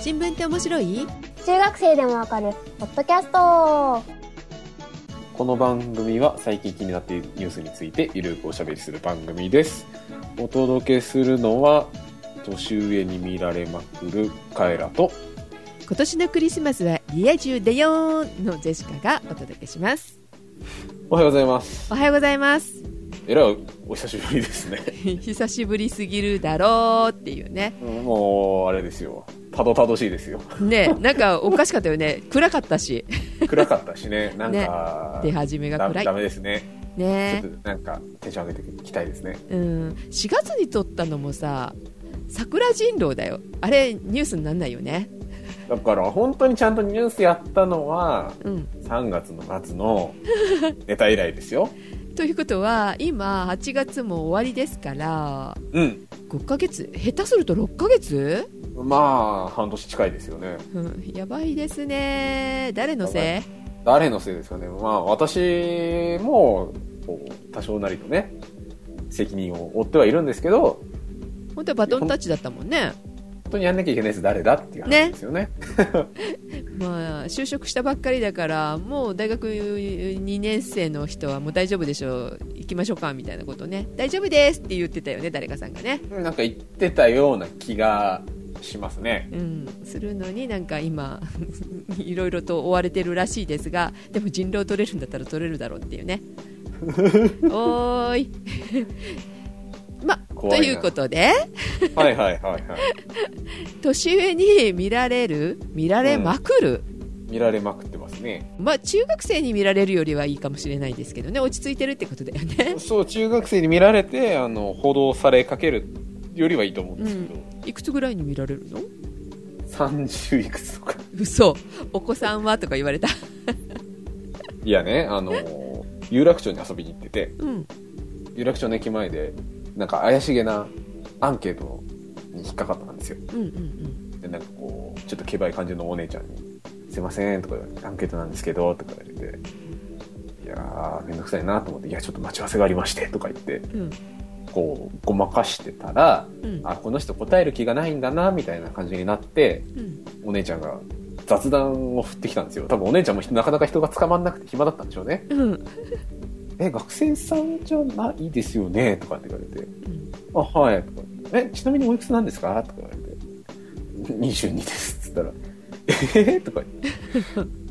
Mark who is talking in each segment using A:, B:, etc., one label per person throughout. A: 新聞って面白い
B: 中学生でもわかるポッドキャスト
C: この番組は最近気になっているニュースについてゆるくおしゃべりする番組です。お届けするのは、年上に見られまくるカエラと、
A: 今年のクリスマスは家中でよーんのジェシカがお届けします
C: おはようございます。
A: おはようございます
C: えらいお久しぶりですね。
A: 久しぶりすぎるだろうっていうね
C: もう、あれですよ。たどたどしいですよ。
A: ねなんかおかしかったよね暗かった し
C: 暗かった しね。なんか、
A: 出始めが
C: だ
A: 暗い
C: ダメですね。
A: ね
C: ちょっとなんか、テンション上げていきたいですね。
A: うん4月に撮ったのもさ桜人狼だよあれニュースになんないよね
C: だから、本当にちゃんとニュースやったのは、
A: うん
C: 3月の 末のネタ以来ですよ。
A: ということは今8月も終わりですから
C: うん。
A: 5ヶ月下手すると6ヶ月、
C: まあ、半年近いですよね。
A: うん、やばいですね誰のせい
C: 誰のせいですかね。まあ、私も、こう、多少なりとね、責任を負ってはいるんですけど、
A: 本当はバトンタッチだったもんね
C: 本当にやんなきゃいけないやつ誰だっていう話
A: ね
C: ですよね。
A: まあ就職したばっかりだからもう大学2年生の人はもう大丈夫でしょう行きましょうかみたいなことね大丈夫ですって言ってたよね誰かさんがね
C: なんか言ってたような気がしますね。
A: うん、するのになんか今 いろいろと追われてるらしいですがでも人狼取れるんだったら取れるだろうって いうねおーい ま
C: 怖い
A: と
C: な
A: いうことで
C: はいはいはいはい。
A: 年上に見られる見られまくる、
C: 見られまくってますね。
A: まあ中学生に見られるよりはいいかもしれないですけどね落ち着いてるってことだよね
C: そう、中学生に見られて、あの、報道されかけるよりはいいと思うんですけ ど、
A: いくつぐらいに見られるの
C: 30いくつとか。
A: 嘘お子さんはとか言われた
C: いやね、あの、有楽町に遊びに行ってて、
A: うん
C: 有楽町の駅前でなんか怪しげなアンケートに引っかかったんですよ
A: うんうんうん
C: でなんかこうちょっとけばい感じのお姉ちゃんに「すいません」とか言われて「アンケートなんですけど」とか言われて「いやーめんどくさいな」と思って「いやちょっと待ち合わせがありまして」とか言って
A: うん
C: こうごまかしてたら
A: うん
C: あこの人答える気がないんだなみたいな感じになって
A: うん
C: お姉ちゃんが雑談を振ってきたんですよ多分お姉ちゃんもなかなか人が捕まんなくて暇だったんでしょうね
A: うん
C: 「え学生さんじゃないですよね」とかって言われて
A: うん
C: あ、はい。とかえ、ちなみにおいくつなんですかとか言われて。22です。っつったら、えー、とか言 って。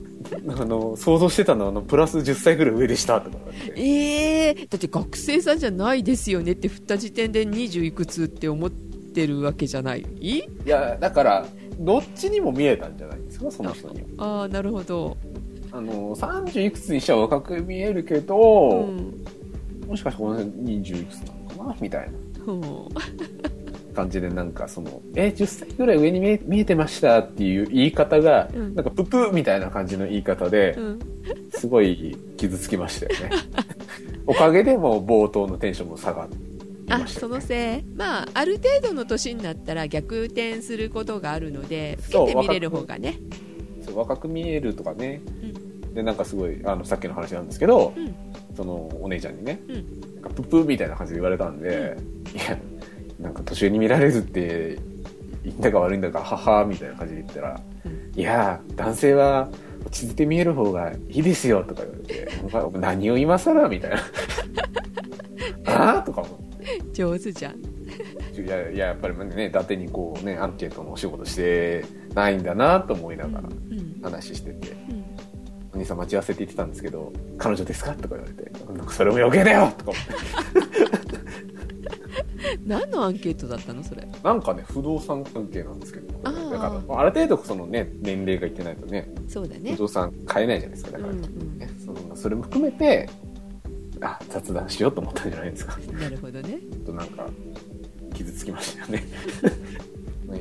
C: あの、想像してたのは、あの、プラス10歳ぐらい上でした。とか言われて。
A: ええだって学生さんじゃないですよねって振った時点で20いくつって思ってるわけじゃないい
C: いや、だから、どっちにも見えたんじゃないですか、その人には。
A: ああなるほど、
C: あの、30いくつにしちゃ若く見えるけ
A: う
C: ど、
A: ん、
C: もしかしてこの辺20いくつなのかなみたいな
A: ほう
C: 感じで、なんかその、え、10歳ぐらい上に見え見えてましたっていう言い方が、
A: うん
C: なんかププーみたいな感じの言い方で、
A: うん、
C: すごい傷つきました よね。おかげでもう冒頭のテンションも下がって
A: あ
C: ました
A: そ
C: よ
A: の
C: ね。
A: せいまあある程度の年になったら逆転することがあるので
C: そ
A: 老
C: う
A: けて見れる方がね
C: そう若く見えるとかね。
A: う
C: で、なんかすごい、あの、さっきの話なんですけど、
A: うん
C: そのお姉ちゃんにね、
A: う
C: なんかプップーみたいな感じで言われたんで、いや、なんか年上に見られずって、言ったか悪いんだか、ははみたいな感じで言ったら、
A: うん
C: いや、男性は落ち着いて見える方がいいですよとか言われて、お前お前何を今更みた いな。ああとか思って
A: 上手じゃん
C: いやいややっぱりね伊達にこうねアンケートのお仕事してないんだなと思いな
A: うんう
C: がら
A: ん
C: 話してて
A: うん
C: 「お兄さん待ち合わせって言ってたんですけど彼女ですか?」とか言われて「なんかそれも余計だよ!」とか思って
A: 何のアンケートだったのそれ
C: なんかね不動産関係なんですけど
A: あ
C: だ
A: ー
C: からある程度そのね年齢がいってないとね
A: そうだ
C: 不
A: ね
C: 動産買えないじゃないですかだ
A: う
C: か
A: ん
C: ら、
A: う
C: ね
A: ん
C: そのそれも含めてあ雑談しようと思ったんじゃないですかち
A: なるほどね
C: ょっとなんか傷つきましたよね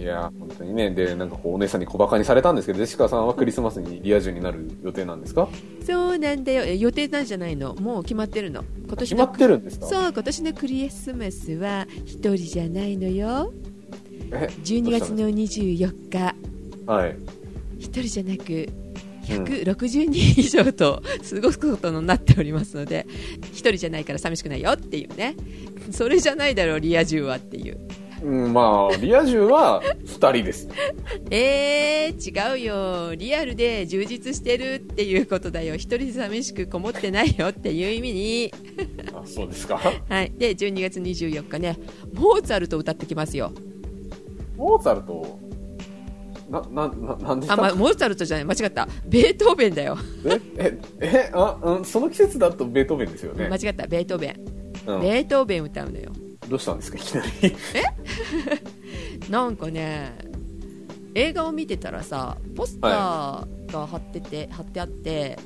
C: いや本当にねでなんかこうお姉さんに小バカにされたんですけどジェシカさんはクリスマスにリア充になる予定なんですか
A: そうなんだよえ予定なんじゃないのもう決まってるの今年
C: 決
A: の
C: まってるんですか
A: そう今年のクリスマスは一人じゃないのよ
C: え
A: 12月の24日
C: はい
A: 一人じゃなく160人以上と過ごすことになっておりますので一人じゃないから寂しくないよっていうねそれじゃないだろうリア充はっていう
C: うん、まあ、リア充は2人です。
A: えー、違うよリアルで充実してるっていうことだよ一人で寂しくこもってないよっていう意味に、
C: あ、そうですか。
A: はい、で12月24日ねモーツァルト歌ってきますよ
C: モーツァルト、な、な、な、なんでした
A: あ、ま、モーツァルトじゃない間違ったベートーベンだよ、
C: え、え、え、あ、うん、その季節だとベートーベンですよね。
A: 間違ったベートーベン
C: うん、
A: ベートーベン歌うのよ
C: どうしたんですか、いきなり。
A: なんかね映画を見てたらさポスターが貼ってて、貼ってあって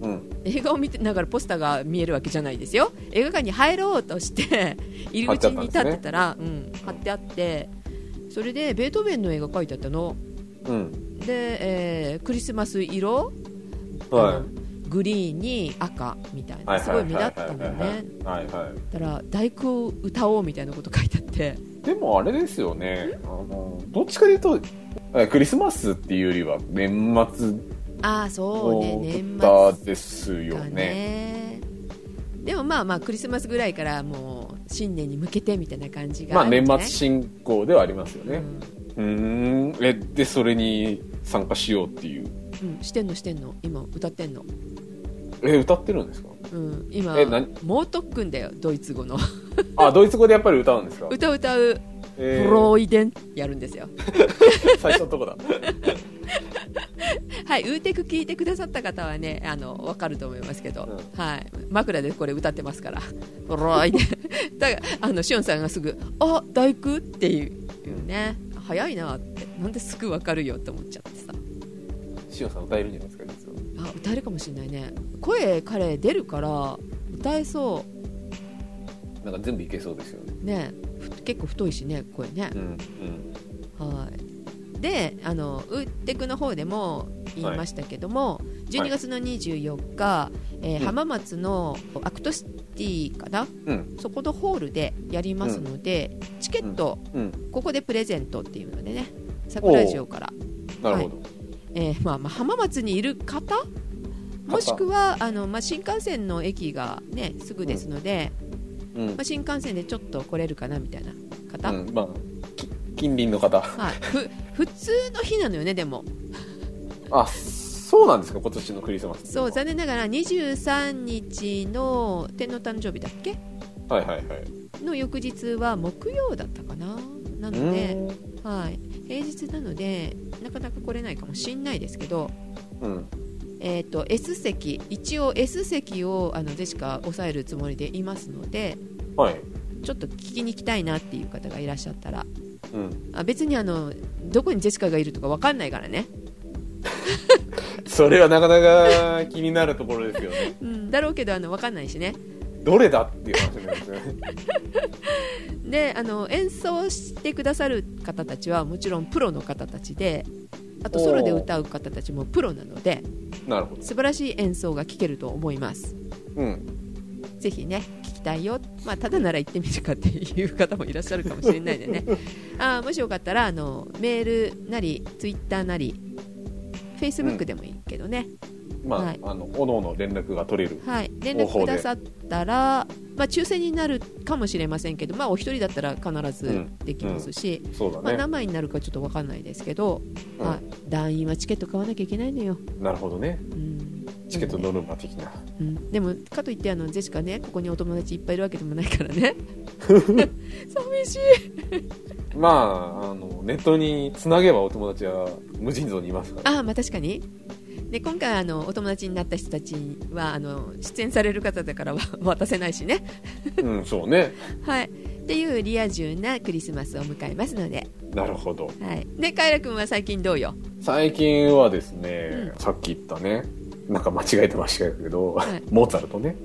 C: うん。
A: 映画を見てながらポスターが見えるわけじゃないですよ映画館に入ろうとして 入り口に立ってたらうん、貼ってあってそれでベートーベンの絵が書いてあったの
C: うん。
A: で、えークリスマス色、あ
C: は
A: のグリーンに赤みたい
C: い。は
A: なすごい目立っ
C: は
A: たのよ
C: は
A: ね
C: はいは
A: だから「大工を歌おう」みたいなこと書いてあって
C: い。でもあれですよね。あの、どっちかで言うと、えクリスマスっていうよりは年末
A: ああそうね
C: の
A: 年
C: 歌
A: 末
C: ですよ
A: だ
C: ね。
A: ねでもまあまあクリスマスぐらいからもう新年に向けてみたいな感じが
C: まあ
A: る
C: 年
A: んじゃ
C: 末
A: ない
C: 進行ではありますよ
A: う
C: ね。
A: ん
C: うーん。え、で、それに参加しようっていう。
A: うん、してんのしてんの今歌ってんの、
C: え、歌ってるんですか
A: うん、今
C: え何
A: 猛特訓だよドイツ語の
C: あ、ドイツ語でやっぱり歌うんですか
A: 歌う歌う「
C: え
A: フロイデン」やるんですよ
C: ー、最初のとこだ。
A: はいウーテク聞いてくださった方はねあの分かると思いますけど、
C: う
A: はい、枕でこれ歌ってますから「フロイデン」 だからあのしおんさんがすぐ「あ大工」っていうね早いなってなんですぐ分かるよって思っちゃってさ
C: しおんさん歌えるんじゃないですか、実は。
A: あ歌えるかもしれないね声彼出るから歌えそ
C: なんか全部いけそうですよね。
A: うねふ結構太いしね声ね、
C: うん。うん。
A: はい、であのウッテクの方でも言いましたけども、12月の24日、えー
C: うん
A: 浜松のアクトシティかな、
C: うん
A: そこのホールでやりますので、チケット、
C: うん
A: ここでプレゼントっていうのでね桜井城から、
C: なるほど。
A: えーまあ、まあ浜松にいる方もしくはあの、まあ、新幹線の駅が、ね、すぐですので、
C: うん
A: まあ、。新幹線でちょっと来れるかなみたいな方、
C: うん、まあ、き近隣の方。
A: はい、ふ 普通の日なのよねでも。
C: あ、そうなんですか、今年のクリスマス。
A: そう残念ながら23日の天皇誕生日だっけ
C: はいはいはい。
A: の翌日は木曜だったかなな
C: う
A: ので、
C: ん。
A: はい、平日なのでなかなか来れないかもしんないですけど、
C: うん。
A: えー、と S 席一応 S 席をあのジェシカ抑えるつもりでいますので
C: はい。
A: ちょっと聞きに行きたいなっていう方がいらっしゃったら
C: うん。
A: あ別にあのどこにジェシカがいるとか分かんないからね、
C: それはなかなか気になるところですよね。
A: うん、だろうけどあの分かんないしね
C: どれだっていう話なんですよね。
A: であの演奏してくださる方たちはもちろんプロの方たちであとソロで歌う方たちもプロなので
C: なるほど。
A: 素晴らしい演奏が聴けると思います
C: うん。
A: ぜひね聞きたいよ、まあ、ただなら行ってみるかっていう方もいらっしゃるかもしれないんでねあーもしよかったらあのメールなりツイッターなりフェイスブックでもいいけどね、
C: まあ、
A: はい
C: あの、おのおの連絡が取れる。
A: はい、連絡くださったら、まあ、抽選になるかもしれませんけど、まあ、お一人だったら必ずできますし、
C: そうだ
A: まあ、
C: ね。
A: 何枚になるかちょっと分かんないですけど、
C: うん
A: はい、団員はチケット買わなきゃいけないのよ、
C: なるほどね。
A: うん、
C: チケット
A: なの
C: ノルマ的な。
A: で,、うん、でもかといってあのジェシカねここにお友達いっぱいいるわけでもないから ね寂しい
C: まあ、あの、ネットにつなげばお友達は無尽蔵にいますから。
A: ああまあ確かにで今回あのお友達になった人たちはあの出演される方だからわ 渡せないしね、
C: うん、そうね。
A: はい、っていうリア充なクリスマスを迎えますので、
C: なるほど。
A: はい、でカイラ君は最近どうよ、
C: 最近はですね、
A: うん
C: さっき言ったね、なんか間違えてましたけど、
A: はい
C: モーツァルトね。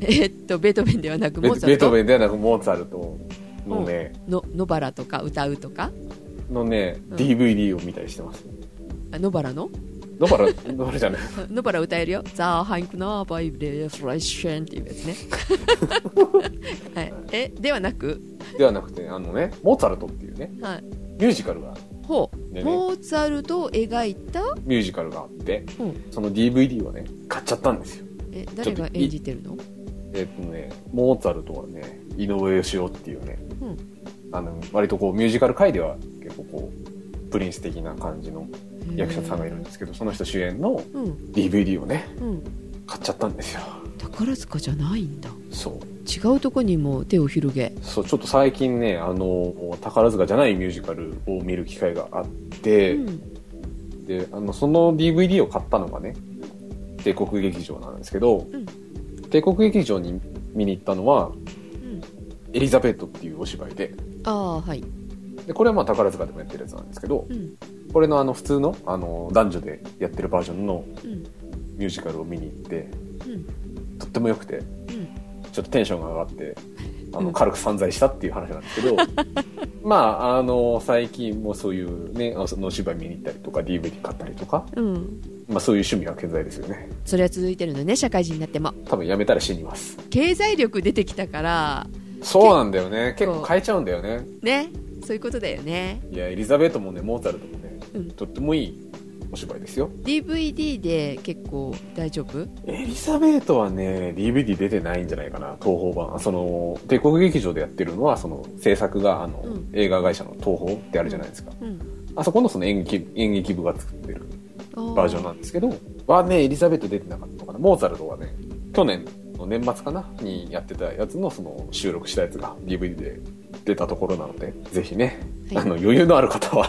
A: えっとベートーベンではなく
C: ベ
A: モ
C: ベ
A: ーツァル
C: ートー
A: ト
C: ベンではなくモーツァルトのね、
A: の野バラとか歌うとか
C: のね、
A: うん
C: DVD を見たりしてます。
A: あ野バラの
C: だから、だからじゃない。
A: ノバラ歌えるよ。ザーハイクナーバイレフラッシェンっていうや つね。はい、えではなく、
C: ではなくて、あのね、モーツァルトっていうね、
A: はい、
C: ミュージカルが、
A: ほう、
C: でね
A: モーツァルトを描いた
C: ミュージカルがあって、
A: うん
C: その DVD をね、買っちゃったんですよ。
A: え誰が演じてるの
C: えっとね、モーツァルトはね、井上芳雄っていうね、
A: うん
C: あの割とこうミュージカル界では結構こうプリンス的な感じの役者さんがいるんですけどその人主演の
A: うん、
C: DVD をね
A: うん、
C: 買っちゃったんですよ
A: 宝塚じゃないんだ
C: そう
A: 違うとこにも手を広げ
C: そうちょっと最近ねあの宝塚じゃないミュージカルを見る機会があって、
A: うん
C: であのその DVD を買ったのがね帝国劇場なんですけど、
A: うん
C: 帝国劇場に見に行ったのは
A: うん、
C: 「エリザベート」っていうお芝居で
A: ああはい、
C: でこれはまあ宝塚でもやってるやつなんですけど
A: うん
C: これのあの普通のあの男女でやってるバージョンの
A: うん
C: ミュージカルを見に行って
A: うん
C: とっても良くて
A: うん、
C: ちょっとテンションが上がってあ
A: う
C: の
A: ん
C: 軽く散財したっていう話なんです けど、まああの最近もそういうねあのそのお芝居見に行ったりとか DVD 買ったりとか、
A: うん、
C: まあ、そういう趣味は健在ですよね
A: それは続いてるのね社会人になっても
C: 多分やめたら死にます
A: 経済力出てきたから
C: そうなんだよね
A: 結
C: 結
A: 構
C: 構変えちゃうんだよね
A: ねそういうことだよね
C: いやエリザベートもねモーツァルトもね、
A: うん
C: とってもいいお芝居ですよ
A: DVD で結構大丈夫
C: エリザベートはね DVD 出てないんじゃないかな東宝版その帝国劇場でやってるのはその制作があの、
A: うん
C: 映画会社の東宝ってあるじゃないですか、
A: うん
C: あそこのその演劇演劇部が作ってる
A: あー
C: バージョンなんですけどはねエリザベート出てなかったのかなモーツァルトはね去年の年末かなにやってたやつのその収録したやつが DVD で出たところなのでぜひね、
A: はい
C: あの余裕のある方は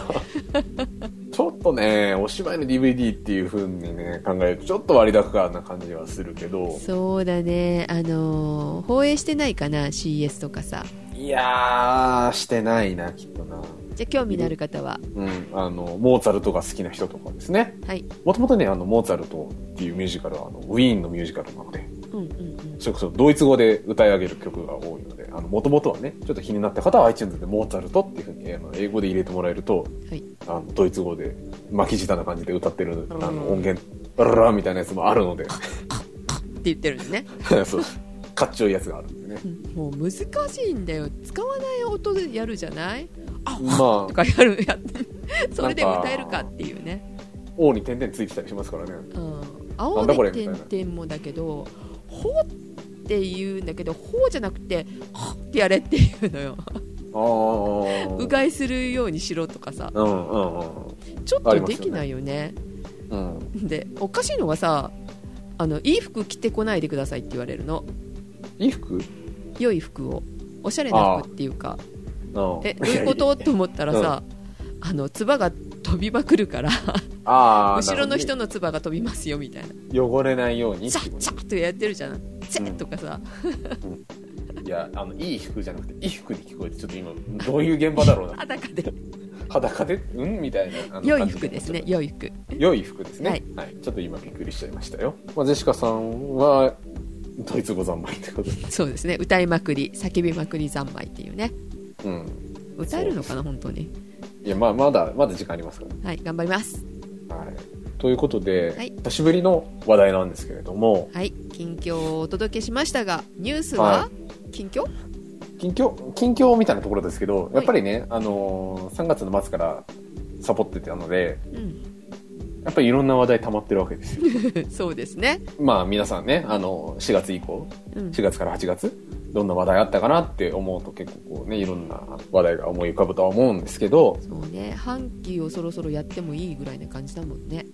C: ちょっとねお芝居の DVD っていう風にね考えるとちょっと割高な感じはするけど
A: そうだねあのー放映してないかな CS とかさ
C: いやーしてないなきっとな
A: じゃあ興味のある方は
C: うんあのモーツァルトが好きな人とかですね
A: はい
C: もともとねあのモーツァルトっていうミュージカルはあのウィーンのミュージカルなので
A: うんうん
C: それこそドイツ語で歌い上げる曲が多いので、あの、もともとはね、ちょっと気になった方は iTunes でモーツァルトっていうふうに、あの、英語で入れてもらえると、
A: はい
C: あの、ドイツ語で巻き舌な感じで歌ってる、あ
A: う
C: の、
A: ん
C: 音源、ラララみたいなやつもあるので、
A: うんって言ってるのね、
C: そう、かっちょいいやつがあるんでね
A: う。んもう難しいんだよ使わない音でやるじゃない
C: ま
A: と
C: あ、
A: かやるやって それで歌えるかっていうね
C: 王に点々ついてたりしますからね。
A: うん
C: な
A: 青
C: んだこ
A: で
C: れみたいな
A: 点々もだけど「ほ」って言うんだけど「ほ」じゃなくて「はっ」ってやれっていうのよ
C: ああ。
A: うがいするようにしろとかさ
C: うんうんうん
A: ちょっ
C: あ
A: と
C: ります
A: で
C: よね
A: きないよね
C: うん。うん。
A: でおかしいのはさあのいい服着てこないでくださいって言われるの
C: 衣服
A: 良い服をおしゃれな服っていうか
C: うん
A: えどういうことって思ったらさ、あのつばが飛びまくるから
C: ああ。
A: 後ろの人
C: な
A: のつばが飛びますよみたいな
C: るほどね。汚れないようにっ
A: チ
C: て
A: ャ
C: い
A: ッ
C: うこと
A: チャッとやってるじゃんチェッとかさ、
C: いや、あの、いい服じゃなくて、衣服に聞こえて、ちょっと今、どういう現場だろうな。
A: 裸で
C: 裸でうんみたいなあの
A: 良い
C: 感じ
A: 服ですね良い服
C: 良い服ですね、
A: は
C: はいいちょっと今びっくりしちゃいましたよ、まあ、ジェシカさんはドイツ語三昧ってことで
A: そうですね歌いまくり叫びまくり三昧っていうね
C: うん
A: 歌えるのかな本当に
C: いやまあまだまだ時間ありますか
A: はい頑張ります
C: ら、はい、ということで、
A: はい
C: 久しぶりの話題なんですけれども
A: はい近況をお届けしましたがニュースは、
C: は
A: 近況
C: 近況近況みたいなところですけどやっぱりね、あのー3月の末からサボってたので
A: うん
C: やっぱりいろんな話題溜まってるわけですよ
A: そうですね
C: まあ皆さんねあの4月以降
A: うん
C: 4月から8月どんな話題あったかなって思うと結構こうねいろんな話題が思い浮かぶとは思うんですけど
A: そうね半期をそろそろやってもいいぐらいな感じだもんね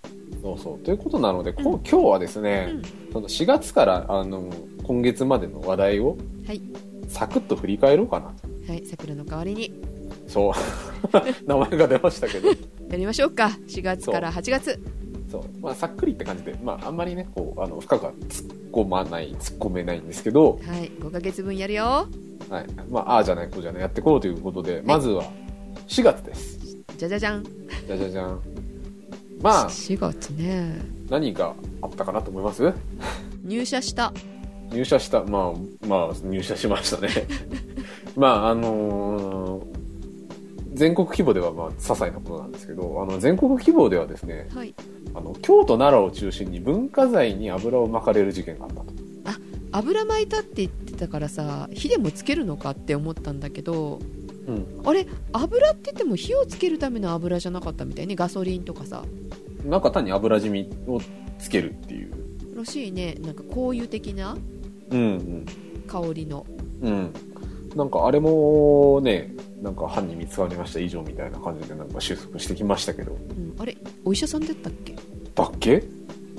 C: そうそうということなので、こ
A: うん
C: 今日はですね、
A: うん
C: その4月からあの今月までの話題を
A: はい
C: サクッと振り返ろうかなと
A: はい桜の代わりに
C: そう名前が出ましたけど
A: やりましょうか4月から8月
C: そう、まあ、さっくりって感じで、まあ、あんまりねこうあの深くは突っ込まない突っ込めないんですけど、
A: はい5ヶ月分やるよ
C: はいまあ、ああじゃないこうじゃないやってこうということで、まずは4月です
A: じゃじゃじゃん、
C: じゃじゃじゃんまあ
A: 4月ね
C: 何があったかなと思います
A: 入社した
C: 入社したまあまあ入社しましたね まああのー全国規模ではまあ些細なことなんですけどあの全国規模ではですね
A: はい
C: あの京都奈良を中心に文化財に油をまかれる事件があったと
A: 油巻いたって言ってたからさ火でもつけるのかって思ったんだけど
C: うん
A: あれ油って言っても火をつけるための油じゃなかったみたいねガソリンとかさ
C: なんか単に油染みをつけるっていう
A: らしいねなんか香油的な
C: うん
A: 香りの
C: うんうんなんかあれもねなんか犯人見つかりました以上みたいな感じでなんか収束してきましたけど
A: うん、あれお医者さんだったっけ
C: だっけ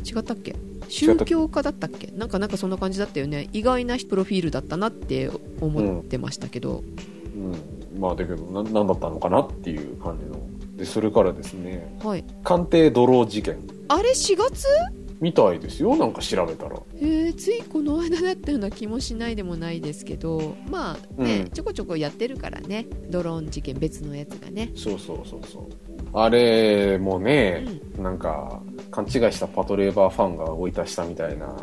A: 違ったっけ宗教家だったっけなんかなんかそんな感じだったよね意外なプロフィールだったなって思ってましたけど、
C: うんまあだけどな何だったのかなっていう感じのでそれからですね
A: はい
C: 鑑定ドロー事件
A: あれ4月
C: みたいですよなんか調べたら
A: えーついこの間だったような気もしないでもないですけどまあね、
C: うん
A: ちょこちょこやってるからねドローン事件別のやつがね
C: そうそうそうそうあれもね、なんか勘違いしたパトレーバーファンが追い出したみたいな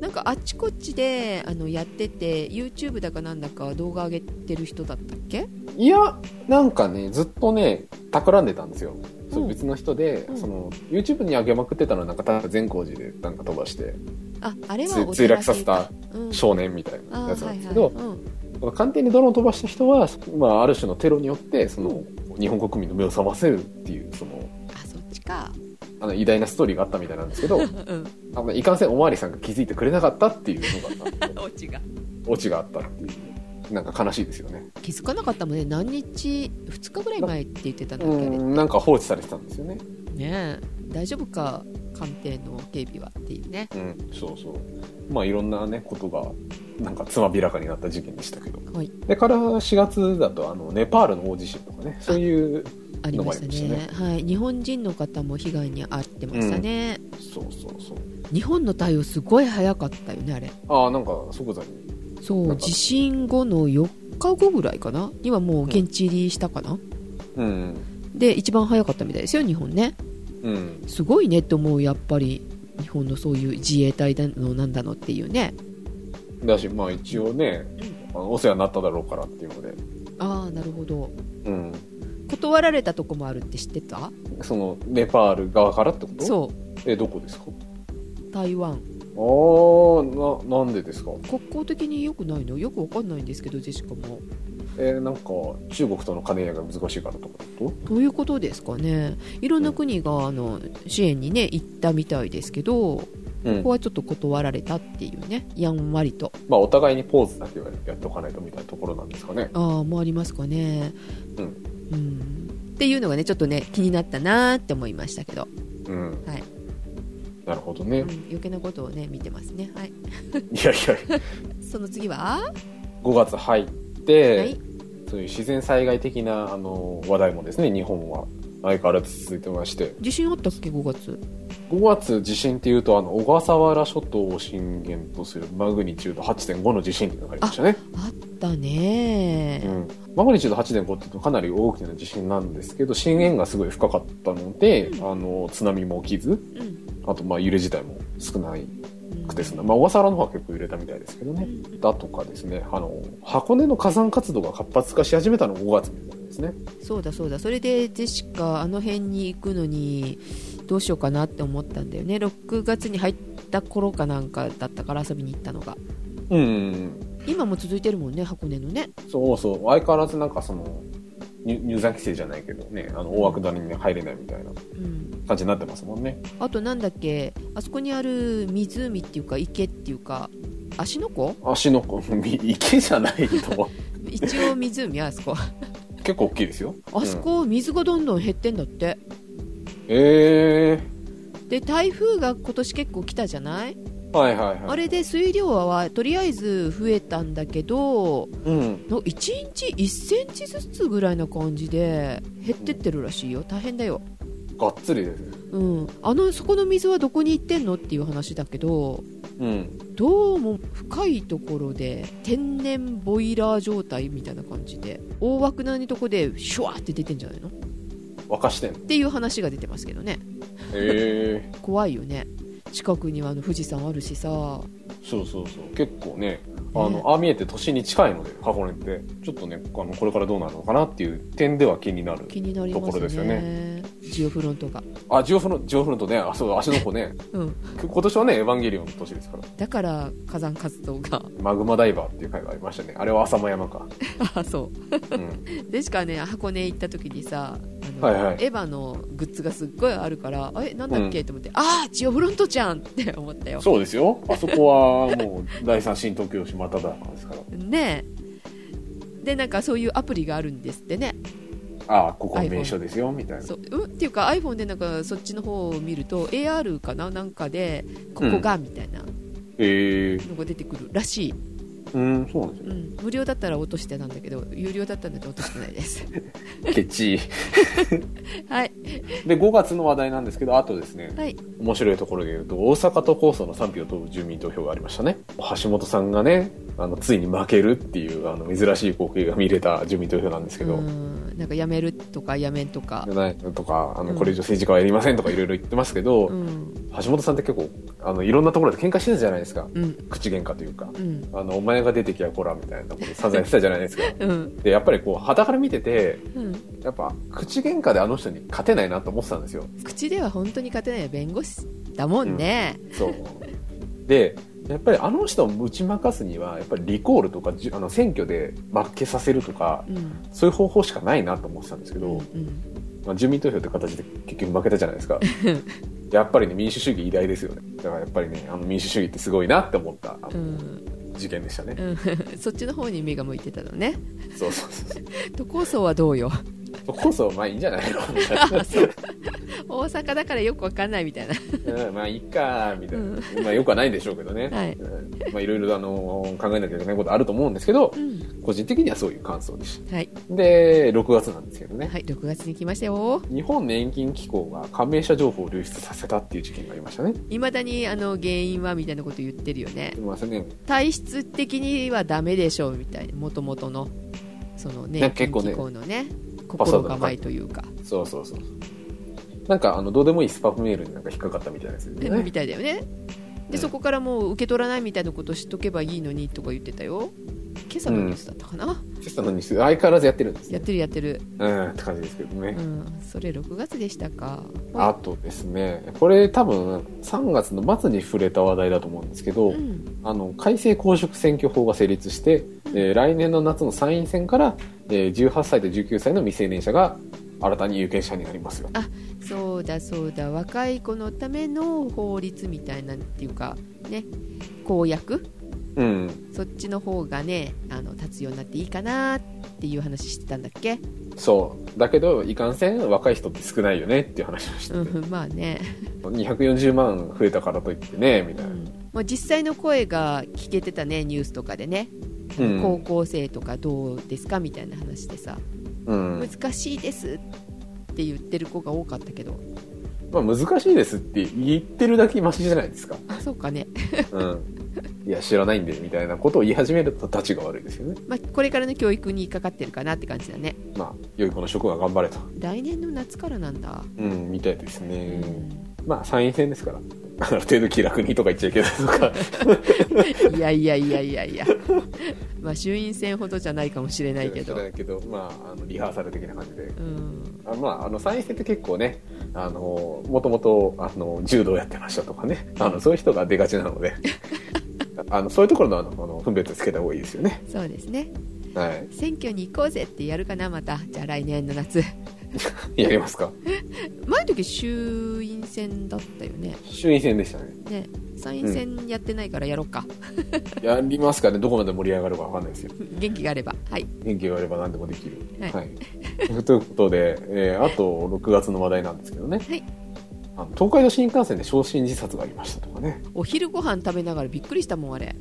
A: なんかあっちこっちであのやってて YouTube だかなんだか動画上げてる人だったっけ
C: いやなんかねずっとね企んでたんですよ、そう
A: うん
C: 別の人で、
A: うん
C: その YouTube に上げまくってたのはなんか確か善光寺でなんか飛ばして
A: ああれ
C: つ
A: はお
C: 墜
A: 寺
C: 落
A: 系
C: させた
A: うん
C: 少年みたいな
A: あ
C: や
A: ー
C: つな
A: は
C: ん
A: い
C: です
A: は
C: け
A: い、
C: ど、
A: うん
C: 鑑定にドローンを飛ばした人は、まあ、ある種のテロによってその日本国民の目を覚ませるっていうその
A: あそっちか
C: あの偉大なストーリーがあったみたいなんですけど
A: うん
C: あのいかんせんおまわりさんが気づいてくれなかったっていうのが
A: オチが
C: オチがあったっていうなんか悲しいですよね
A: 気づかなかったもんね何日2日ぐらい前って言ってたんだっ
C: う
A: けあれ
C: んなんか放置されてたんですよね
A: ねえ大丈夫か官邸の警備はっていうね
C: うんそうそうまあいろんなねことがなんかつまびらかになった事件でしたけど
A: はい
C: でから4月だとあのネパールの大地震とかねそういう
A: ありましたね
C: のもあり
A: はい、日本人の方も被害に遭ってましたね、
C: そうそうそう
A: 日本の対応すごい早かったよねあれ
C: ああなんか即座に
A: そ
C: な
A: うん
C: か
A: 地震後の4日後ぐらいかなにはもう現地入りしたかな、
C: うん
A: で一番早かったみたいですよ日本ね
C: うん
A: すごいねって思うやっぱり日本のそういう自衛隊だのなんだのっていうね
C: だし、まあ一応ね、あのお世話になっただろうからっていうので、
A: ああなるほど
C: うん。
A: 断られたとこもあるって知ってた
C: その、ネパール側からってこと
A: そ
C: え、どこですか
A: う台湾
C: ああ、な、なんでですか
A: 国交的に良くないのよくわかんないんですけどジェシカも
C: えーなんか、中国との兼ね合いが難しいからとかだと
A: どういうことですかねいろんな国があの支援にね行ったみたいですけどこ
C: うん
A: こ。はちょっと断られたっていうねやんわりと
C: まあお互いにポーズだけはやっておかないとみたいなところなんですかね。
A: ああもうありますかね
C: うん
A: うんっていうのがねちょっとね気になったなーって思いましたけど、
C: うん。
A: はい
C: なるほど
A: う
C: ね
A: ん。、余計なことをね見てますねはい
C: いやいや、
A: その次は、
C: 5月入って、
A: はい
C: そういう自然災害的な、あの、話題もですね、日本は相変わらず続いてまして。
A: 地震あったっけ5月
C: 5月地震っていうとあの小笠原諸島を震源とするマグニチュード8.5の地震っていうのがありましたね、
A: あったね
C: う
A: ー、
C: ん、マグニチュード8.5っていうとかなり大きな地震なんですけど震源がすごい深かったので、
A: うん
C: あの津波も起きず
A: うん
C: あとまあ揺れ自体も少なくて済んだ、
A: う
C: まあ、小笠原の方は結構揺れたみたいですけどね、
A: ん
C: だとかですねあの箱根の火山活動が活発化し始めたのが5月みたいなんですね
A: そうだそうだそれでジェシカあの辺に行くのにどうしようかなって思ったんだよね6月に入った頃かなんかだったから遊びに行ったのが
C: うん
A: 今も続いてるもんね箱根のね
C: そうそう相変わらずなんかその入入山規制じゃないけどねあの大涌谷に入れないみたいな
A: うん
C: 感じになってますもんね
A: あとなんだっけあそこにある湖っていうか池っていうか芦ノ湖
C: 足のこ 池じゃないけど
A: 一応湖あそこ
C: 結構大きいですよ
A: あそこ水がどんどん減ってんだって
C: え
A: で台風が今年結構来たじゃない
C: ー、はいはいはい
A: あれで水量はとりあえず増えたんだけど
C: うん
A: の1日1センチずつぐらいな感じで減ってってるらしいよ大変だよ、
C: がっつりですね
A: うん、あのそこの水はどこに行ってんのっていう話だけど
C: うん
A: どうも深いところで天然ボイラー状態みたいな感じで大枠なにとこでシュワーって出てんじゃないのっ
C: 沸かしてんの
A: ていう話が出てますけどね
C: ええ
A: 怖いよね近くにはあの富士山あるしさ
C: ー、そうそうそう結構ねあの、
A: ね
C: ああ見えて都心に近いので箱根ってちょっとねあのこれからどうなるのかなっていう点では気になる
A: 気になりま
C: とこ
A: す
C: ろですよ
A: ねジオフロントが、
C: あジオフロンジオフロンとねあそう足の子ね
A: うん、
C: 今年はねエヴァンゲリオンの年ですから
A: だから火山活動が
C: マグマダイバーっていう回がありましたねあれは浅間山か、
A: あそう
C: うん、
A: でしかね箱根行った時にさあの、
C: はいはい
A: エヴァのグッズがすっごいあるからえなんだっけ、と思ってああジオフロントじゃん って思ったよ
C: そうですよあそこはもう第三新東京市まただですから
A: ねえでなんかそういうアプリがあるんですってね
C: ああここ名所ですよみたいな
A: そううんっていうか iPhone でなんかそっちの方を見ると AR かななんかでここがみたいな
C: ええ
A: のが出てくるらしい、
C: うんそうなんです
A: う
C: よ
A: ん、無料だったら落としてたんだけど有料だったんだけど落としてないです
C: ケチ
A: はい
C: で5月の話題なんですけどあとですね
A: はい
C: 面白いところで言うと大阪都構想の賛否を問う住民投票がありましたね橋本さんがねあのついに負けるっていうあの珍しい光景が見れた住民投票なんですけど、
A: うんなんかやめるとかやめんとか
C: じゃないとかあ
A: う
C: の
A: ん
C: これ以上政治家はやりませんとかいろいろ言ってますけど、
A: うん
C: 橋本さんって結構あのいろんなところで喧嘩してたじゃないですか
A: うん
C: 口喧嘩というか
A: うん
C: あのお前が出てきゃこらみたいなこと散々言ってたじゃないですか
A: うん
C: でやっぱりこう傍から見てて
A: うん
C: やっぱ口喧嘩であの人に勝てないなと思ってたんですよ
A: 口では本当に勝てない弁護士だもんね、
C: そうでやっぱりあの人を打ち負かすにはやっぱりリコールとかじゅあの選挙で負けさせるとか
A: うん
C: そういう方法しかないなと思ってたんですけ
A: う
C: ど、
A: ん
C: まあ、住民投票って形で結局負けたじゃないで すかやっぱりね民主主義偉大ですよねだからやっぱりねあの民主主義ってすごいなって思ったあの
A: うん
C: 事件でしたね、
A: うん、 そっちの方に目が向いてたのね
C: そうそうそう
A: 都構想はどうよ
C: そこそまあいいんじゃないのみたいな
A: 大阪だからよくわかんないみたいな
C: うんまあいいかみたいな、
A: うん
C: まあよくはないんでしょうけどね、
A: はい
C: うんまあいろいろあの考えなきゃいけないことあると思うんですけど
A: うん
C: 個人的にはそういう感想でし
A: はい、
C: たで6月なんですけどね、
A: はい、6月に来ましたよ
C: 日本年金機構が加盟者情報を流出させたっていう事件がありましたね
A: いまだにあの原因はみたいなこと言ってるよね
C: すみませんね
A: 体質的にはダメでしょうみたいなもともとのそのね
C: ね結構ね
A: 機構のね
C: パスワ
A: 心
C: ードが
A: 構えというか、
C: そうそうそうなんかあのどうでもいいスパムメールになんか引っかかったみたいですよ
A: み
C: ね
A: たいだよね
C: うん
A: でそこからもう受け取らないみたいなことしとけばいいのにとか言ってたよ今朝のニュースだったかな、
C: テストのニュース相変わらずやってるんです
A: や
C: ね
A: ってるやってる、
C: うんって感じですけどね
A: う、ん、それ6月でしたか
C: あとですねこれ多分3月の末に触れた話題だと思うんですけど、
A: うん
C: あの改正公職選挙法が成立して、えー来年の夏の参院選から、えー18歳と19歳の未成年者が新たに有権者になりますよ
A: そうだそうだ若い子のための法律みたいなっていうかね公約
C: うん
A: そっちの方がねあの立つようになっていいかなっていう話してたんだっけ
C: そうだけどいかんせん若い人って少ないよねっていう話をしてて、
A: うんまあね、
C: 240万増えたからといってねみ
A: う
C: たいな、
A: ん、もう実際の声が聞けてたねニュースとかでね、
C: うん
A: 高校生とかどうですかみたいな話でさ、
C: うん
A: 難しいですって言ってる子が多かったけど
C: まあ、難しいですって言ってるだけマシじゃないです か、
A: あそうかね、
C: うん、いや知らないんでみたいなことを言い始めるとたちが悪いですよね
A: まあ、これからの教育にかかってるかなって感じだね
C: まあ良い子の職が頑張れと、
A: 来年の夏からなんだ、
C: うん、みたいです
A: う
C: ね、
A: ん、
C: まあ参院選ですからある程度気楽にとか言っちゃ いけないとか
A: いやいやいやいやい やまあ衆院選ほどじゃないかもしれないけど
C: 知らないけどまああのリハーサル的な感じで
A: うん
C: あまああの参院選って結構ねあのもともとあの柔道やってましたとかねあのそういう人が出がちなの であのそういうところのあのあの分別つけた方がいいですよね
A: そうですね
C: はい
A: 選挙に行こうぜってやるかなまたじゃあ来年の夏
C: やりますか
A: 前の時衆院選だったよね
C: 衆院選でしたね
A: ね参院選やってないからやろうか、
C: やりますかねどこまで盛り上がるかわかんないですよ
A: 元気があればはい
C: 元気があれば何でもできる
A: はい
C: という ことで、えーあと6月の話題なんですけどね、
A: はい
C: あの東海道新幹線で焼身自殺がありましたとかね
A: お昼ご飯食べながらびっくりしたもんあれ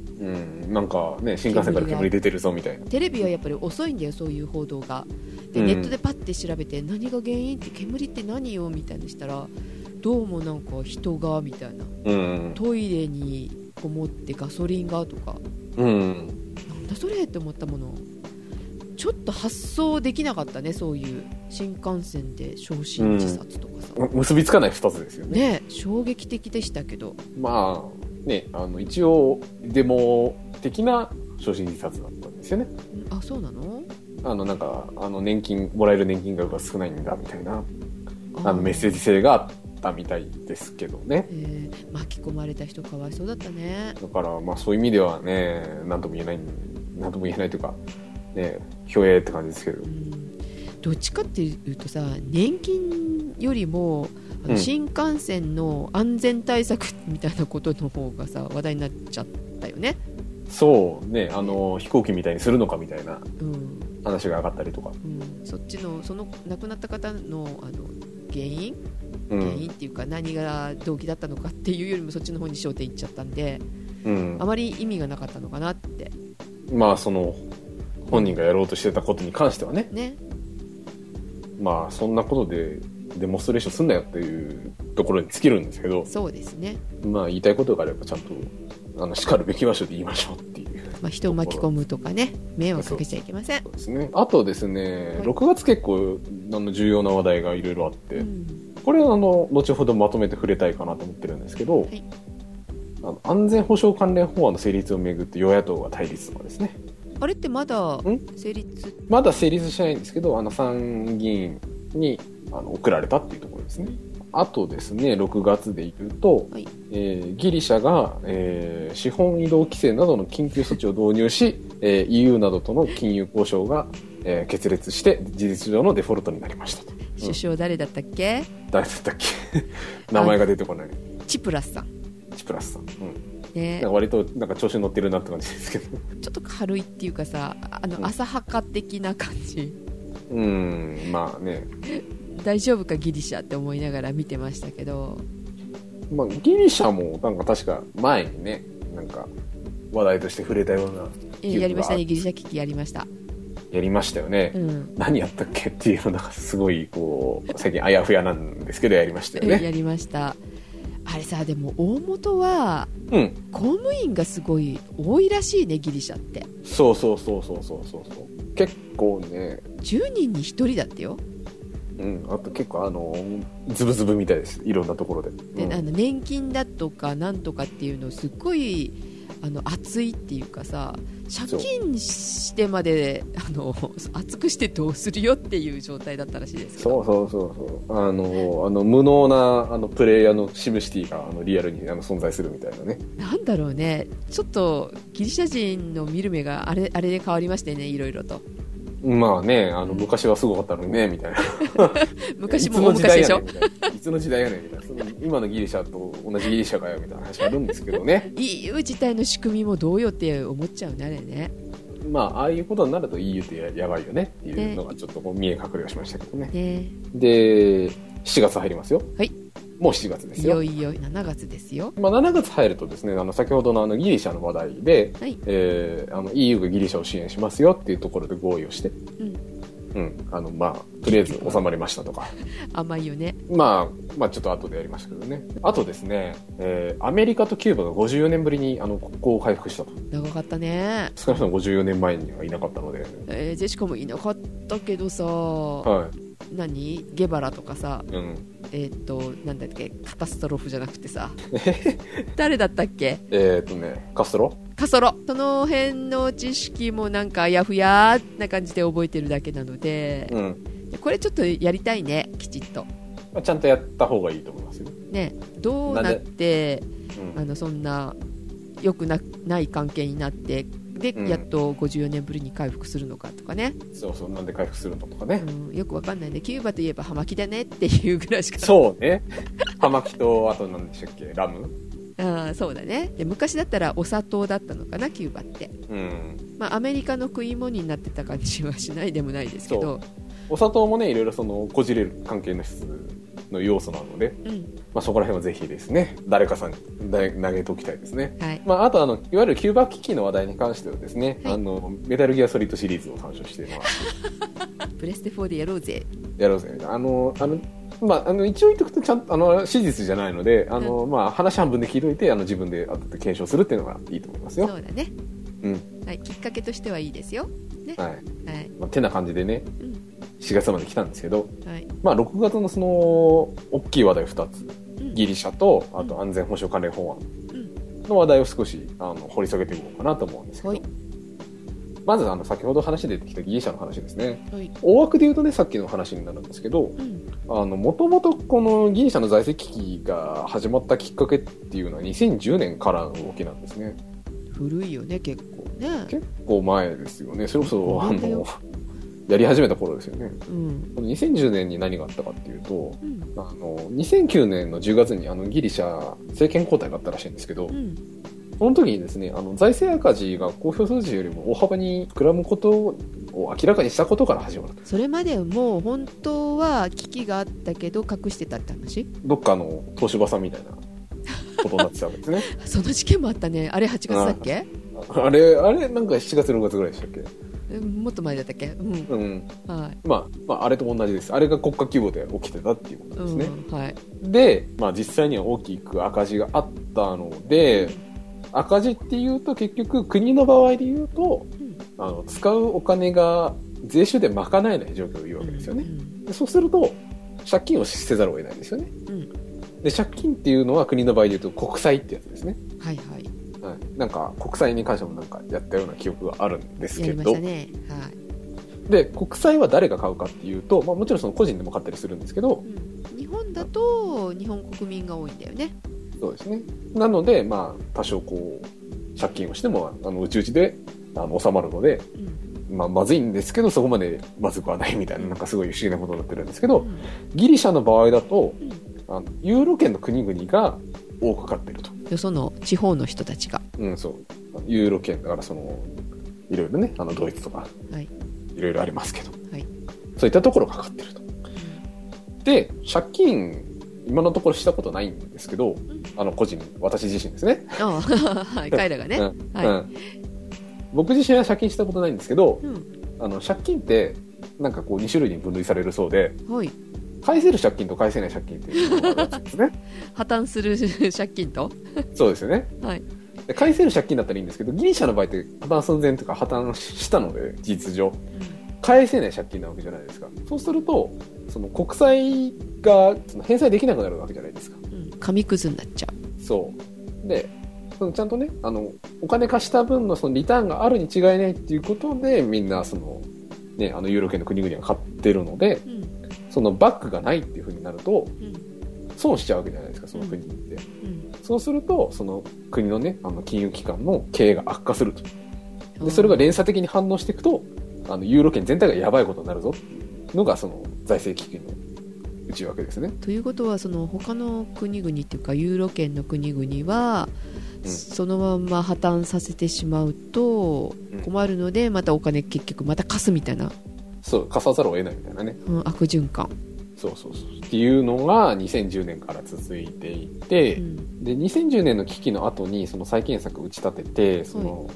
C: うんなんかね新幹線から煙出てるぞみたいな
A: テレビはやっぱり遅いんだよそういう報道がで、
C: うん
A: ネットでパッて調べて何が原因って煙って何よみたいにしたらどうもなんか人がみたいな
C: うん
A: トイレにこもってガソリンがとか
C: うん
A: なんだそれって思ったものちょっと発想できなかったねそういう新幹線で焼身自殺とかさ、
C: む結びつかない2つですよね
A: ね衝撃的でしたけど
C: まあねあの一応デモ的な焼身自殺だったんですよね
A: んあそうなの
C: あのなんかあの年金もらえる年金額が少ないんだみたいな
A: あ
C: あのメッセージ性があったみたいですけどね
A: えー巻き込まれた人かわいそうだったね
C: だから、まあ、そういう意味ではね、なんとも言えない、なんとも言えないというか、ね、虚栄って感じですけど
A: う。んどっちかっていうとさ年金よりもあの
C: うん
A: 新幹線の安全対策みたいなことの方がさ話題になっちゃったよね、
C: そう、ね、あの、飛行機みたいにするのかみたいな
A: うん、
C: 話が上がったりとか。
A: うん、そっちのその亡くなった方のあの原因、
C: う
A: 原因
C: ん。
A: っていうか何が動機だったのかっていうよりもそっちの方に焦点いっちゃったんで
C: うん
A: あ。まり意味がなかったのかなって
C: まあ、その、本人がやろうとしてたことに関してはね、
A: ね
C: まあ、そんなことでデモンストレーションすんなよっていうところに尽きるんですけど、
A: そうですね、
C: まあ、言いたいことがあれば、ちゃんと、あの、叱るべき場所で言いましょうっていう。
A: まあ、人を巻き込むとかね迷惑かけちゃいけません
C: そうですね。あとですね、
A: はい
C: 6月結構、あの、重要な話題がいろいろあって、
A: うん
C: これはあの、後ほどまとめて触れたいかなと思ってるんですけど、
A: はい
C: あの安全保障関連法案の成立をめぐって与野党が対立とかですね。
A: あれってまだ
C: ん
A: 成立
C: まだ成立しないんですけど、あの参議院にあの送られたっていうところですね。あとですね、6月で言うと、
A: はい
C: えーギリシャが、えー資本移動規制などの緊急措置を導入し、えー EU などとの金融交渉が、えー決裂して、事実上のデフォルトになりましたと。
A: 首相誰だったっけ、
C: 誰だったっけ 名前が出てこない。
A: チプラスさん、
C: チプラスさん。うん。なん
A: ね
C: か、割と、なんか調子に乗ってるなって感じですけど。
A: ちょっと軽いっていうかさあ
C: う
A: の
C: ん
A: 浅はか的な感じ、
C: うん、まあね。
A: 大丈夫かギリシャって思いながら見てましたけど
C: まあ、ギリシャもなんか確か前にねなんか話題として触れたような
A: えやりました
C: 記憶があ
A: ね
C: る
A: ギリシャ危機やりました、
C: やりましたよね、
A: うん
C: 何やったっけっていうのがすごいこう最近あやふやなんですけどやりましたよね
A: やりましたあれさでも大元は
C: うん
A: 公務員がすごい多いらしいねギリシャって
C: そうそうそうそうそうそうそう結構ね
A: 10人に1人だってよ
C: うんあと結構あのズブズブみたいですいろんなところで
A: で、
C: うん
A: あの年金だとかなんとかっていうのすっごいあの熱いっていうかさ借金してまであの熱くしてどうするよっていう状態だったらしいですけ
C: そ
A: ど
C: うそうそうそうあのあの無能なあのプレイヤーのシムシティがあのリアルにあの存在するみたいなね
A: なんだろうねちょっとギリシャ人の見る目があれあれで変わりましてねいろいろと
C: まあねあの昔はすごかったのにねみたいな
A: 昔
C: いつ
A: も大
C: の時
A: 昔で
C: 代や
A: し
C: ね
A: ょ
C: んみたいないつの時代やねんみたいなその今のギリシャと同じギリシャかよみたいな話あるんですけどね
A: EU 自体の仕組みもどうよって思っちゃうねあれね
C: まあああいうことになると EU ってややばいよねっていうのがちょっとこう見え隠れはしましたけどね
A: ね
C: で7月入りますよ
A: はい
C: もう7月です
A: い
C: よ
A: よいよ7月ですよ
C: まあ、7月入るとですねあの先ほどのあのギリシャの話題で、
A: はい
C: えーあの EU がギリシャを支援しますよっていうところで合意をして、
A: うん
C: うんあのまあ、とりあえず収まりましたとか
A: 甘いよね
C: まあ、まあちょっと後でやりましたけどね。あとですね、えーアメリカとキューバが54年ぶりにあの国交を回復したと。
A: 長かったね
C: 少なくとも54年前にはいなかったので。
A: えージェシカもいなかったけどさ、
C: はい。
A: 何ゲバラとかさ
C: うん。
A: えっ、となんだっけカタストロフじゃなくて さ誰だったっけ
C: えっ、とね、カストロ
A: カソロその辺の知識もなんかあやふやな感じで覚えてるだけなので、
C: うん。
A: これちょっとやりたいねきちっと
C: まあちゃんとやった方がいいと思いますよ。
A: ねどうなって
C: うん
A: あのそんな良くなない関係になってで、
C: うん
A: やっと54年ぶりに回復するのかとかね、
C: そうそう、なんで回復するのとか
A: う
C: ね。
A: ん、よくわかんないねキューバといえば葉巻だねっていうぐらいしか
C: そうね。 葉巻と、あと何でしたっけ、ラム
A: あーそうだねで昔だったらお砂糖だったのかなキューバって、
C: うん。
A: まあ、アメリカの食い物になってた感じはしないでもないですけど
C: お砂糖もね、いろいろその、こじれる関係の質の要素なので、
A: う、ん
C: まあそこら辺はぜひですね、誰かさんにだい投げておきたいですね。
A: はい、
C: まあ、あとあの、いわゆるキューバ危機の話題に関してはですね、
A: はい
C: あの、メタルギアソリッドシリーズを参照して、まあ、
A: プレステ4でやろうぜ
C: やろうぜ、みたいな。あの、あの、まあ、あの、一応言っとくと、ちゃんと、あの、史実じゃないので、あの、まあ、話半分で聞いといて、あの、自分で後で検証するっていうのがいいと思います
A: そう
C: よ。
A: だね、
C: うん。
A: はい、きっかけとしてはいいですよ、
C: はい。
A: はい
C: まあ、てな感じでね、
A: うん
C: 4月まで来たんですけど、
A: はい
C: まあ、6月のその、大きい話題2つ、
A: うん
C: ギリシャと、あと安全保障関連法案の話題を少し、あの、掘り下げていこうかなと思うんですけ
A: はい
C: ど、まず、あの、先ほど話で出てきたギリシャの話ですね。
A: はい
C: 大枠で言うとね、さっきの話になるんですけど、
A: うん
C: あの、もともとこのギリシャの財政危機が始まったきっかけっていうのは2010年からの動きなんですね。
A: 古いよね結構ね、
C: 結構前ですよね。それこそ、あ
A: 本当だよ
C: の、やり始めた頃ですよね。
A: うん
C: この2010年に何があったかっていうと、
A: うん
C: あの、2009年の10月にあのギリシャ政権交代があったらしいんですけど
A: う、ん
C: その時にですね、あの、財政赤字が公表数字よりも大幅に膨らむことを明らかにしたことから始まる
A: それまでもう本当は危機があったけど隠してたって話
C: どっかの東芝さんみたいなことになってたわけで すね
A: その事件もあったねあれ8月だっけ
C: あれあれなんか7月6月ぐらいでしたっけ
A: うんもっと前だったっけうん
C: うん
A: はい
C: まあ、まああれと同じですあれが国家規模で起きてたっていうことですね、
A: うんはい
C: で、まあ、実際には大きく赤字があったので、赤字っていうと結局国の場合で言うと、
A: ん
C: あの使うお金が税収で賄えない状況を言うわけですよね、でそうすると借金をせざるを得ないんですよね
A: うんうん
C: で借金っていうのは国の場合で言うと国債ってやつですね、
A: はいはい
C: はい、なんか国債に関してもなんかやったような記憶があるんです
A: や
C: け
A: りま
C: ど
A: したねはい
C: で国債は誰が買うかっていうと、まあ、もちろんその個人でも買ったりするんですけど、
A: うん日本だと日本国民が多いんだよね
C: そうですね。なので、まあ、多少こう、借金をしても、あの、うちうちで、あの、収まるので、
A: うん
C: まあ、まずいんですけど、そこまでまずくはないみたいな、なんかすごい不思議なことになってるんですけど、ギリシャの場合だと、
A: うん
C: あの、ユーロ圏の国々が多く買ってると。
A: よその地方の人たちが
C: うん、そう。あのユーロ圏、だからその、いろいろね、あの、ドイツとか、
A: はい
C: いろいろありますけど、
A: はい
C: そういったところが買ってると。で、借金、今のところしたことないんですけど、あの、個人、私自身ですね。
A: ああはい彼らがね
C: うん
A: はい
C: うん僕自身は借金したことないんですけど、
A: うん
C: あの借金ってなんかこう2種類に分類されるそうで
A: はい
C: 返せる借金と返せない借金っていうのがあるんです ね
A: 破綻する借金と
C: そうですよね
A: はい
C: で返せる借金だったらいいんですけどギリシャの場合って破綻寸前とか破綻したので事実上返せない借金なわけじゃないですかそうするとその国債がその返済できなくなるわけじゃないですか
A: うん紙くずになっちゃう
C: そう。で、そのちゃんとね、あの、お金貸した分のそのリターンがあるに違いないっていうことで、みんなその、ね、あの、ユーロ圏の国々が買ってるので、
A: うん
C: そのバックがないっていうふうになると、
A: うん
C: 損しちゃうわけじゃないですか、その国って。
A: うん
C: そうすると、その国のね、あの、金融機関の経営が悪化すると。で、それが連鎖的に反応していくと、あの、ユーロ圏全体がやばいことになるぞっていうのが、その、財政危機の内訳ですね。
A: ということはその他の国々っていうかユーロ圏の国々は、
C: うん
A: そのまま破綻させてしまうと
C: うん
A: 困るので、またお金結局また貸すみたいな、
C: そう、貸さざるを得ないみたいなね。
A: うん、悪循環、
C: そうそうそうっていうのが2010年から続いていて、
A: うん
C: で2010年の危機の後にその債権策打ち立ててその、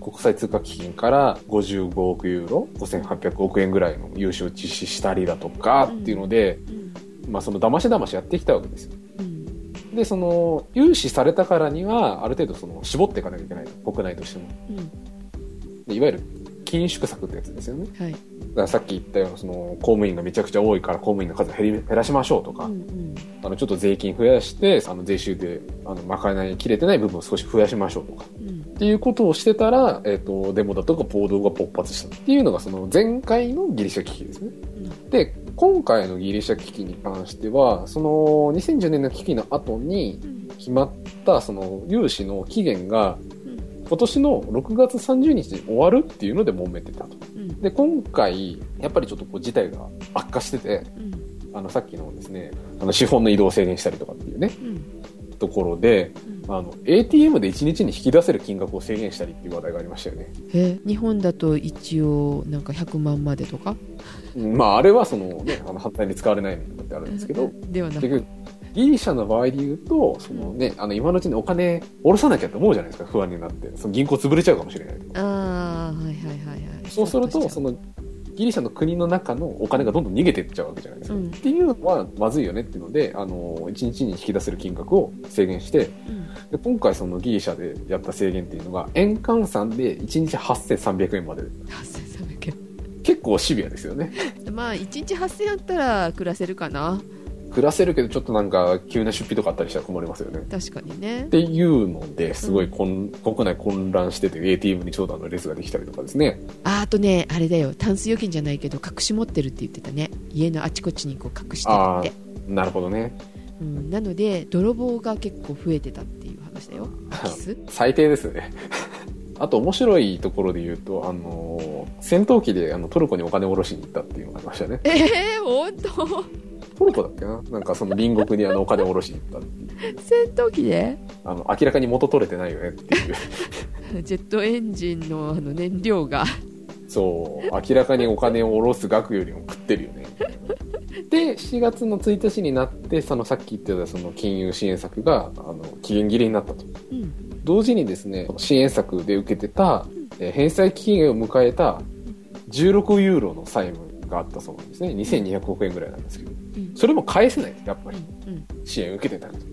C: 国際通貨基金から55億ユーロ5800億円ぐらいの融資を実施したりだとかっていうので、
A: うん
C: まあその騙し騙しやってきたわけですよ
A: うん
C: でその融資されたからにはある程度その絞っていかなきゃいけないと国内としても
A: うん
C: でいわゆる緊縮策ってやつですよね
A: はい
C: だからさっき言ったようなその公務員がめちゃくちゃ多いから公務員の数減り減らしましょうとか、
A: うんうん
C: あのちょっと税金増やしてあの税収であの賄いきれてない部分を少し増やしましょうとか
A: うん
C: っていうことをしてたら、えっとデモだとか暴動が勃発したっていうのがその前回のギリシャ危機ですね。で今回のギリシャ危機に関してはその2010年の危機の後に
A: うん
C: 決まったその融資の期限が
A: うん
C: 今年の6月30日に終わるっていうので揉めてたと。
A: うん
C: で今回やっぱりちょっとこう事態が悪化してて
A: うん
C: あのさっきのですねあの資本の移動を制限したりとかっていうね
A: うん
C: ところで、
A: うん
C: あの ATM で1日に引き出せる金額を制限したりっていう話題がありましたよね。
A: え日本だと一応なんか100万までとか
C: うんまああれはそのね、あの反対に使われないのってあるんですけど、
A: ではな
C: 結
A: く
C: 局ギリシャの場合で言うと、そのね、あの今のうちにお金下ろさなきゃって思うじゃないですか、不安になって。その銀行潰れちゃうかもしれないとか。
A: ああはいはいはいはい
C: そうする
A: そ
C: と、
A: う
C: そのギリシャの国の中のお金がどんどん逃げてっちゃうわけじゃないですか。
A: うん
C: っていうのはまずいよねっていうので、あの、1日に引き出せる金額を制限し
A: う
C: て、
A: ん
C: で今回そのギリシャでやった制限っていうのが円換算で1日8300円まで
A: 8300円
C: 結構シビアですよね
A: まあ1日8000円あったら暮らせるかな
C: 暮らせるけどちょっとなんか急な出費とかあったりしたら困りますよね
A: 確かにね
C: っていうのですごいこん、国内混乱してて ATM に長蛇の列ができたりとかですね
A: ああとねあれだよタンス預金じゃないけど隠し持ってるって言ってたね家のあちこちにこう隠してるって、
C: なるほどね
A: うん、なので泥棒が結構増えてたっていう話だよ空き巣
C: 最低ですね あと面白いところで言うとあのー戦闘機であのトルコにお金を下ろしに行ったっていうのがありましたね
A: ええー、本当
C: トルコだっけななんかその隣国にあのお金を下ろしに行ったっていう
A: 戦闘機で
C: あの明らかに元取れてないよねっていう
A: ジェットエンジンのあの燃料が
C: そう明らかにお金を下ろす額よりも食ってるよねで7月の1日になってそのさっき言ってたその金融支援策があの期限切れになったと
A: うん
C: 同時にですね支援策で受けてたえー返済期限を迎えた16ユーロの債務があったそうなんですね2200億円ぐらいなんですけど
A: うん
C: それも返せないんですやっぱ
A: う
C: り
A: んうん
C: 支援受けてたんです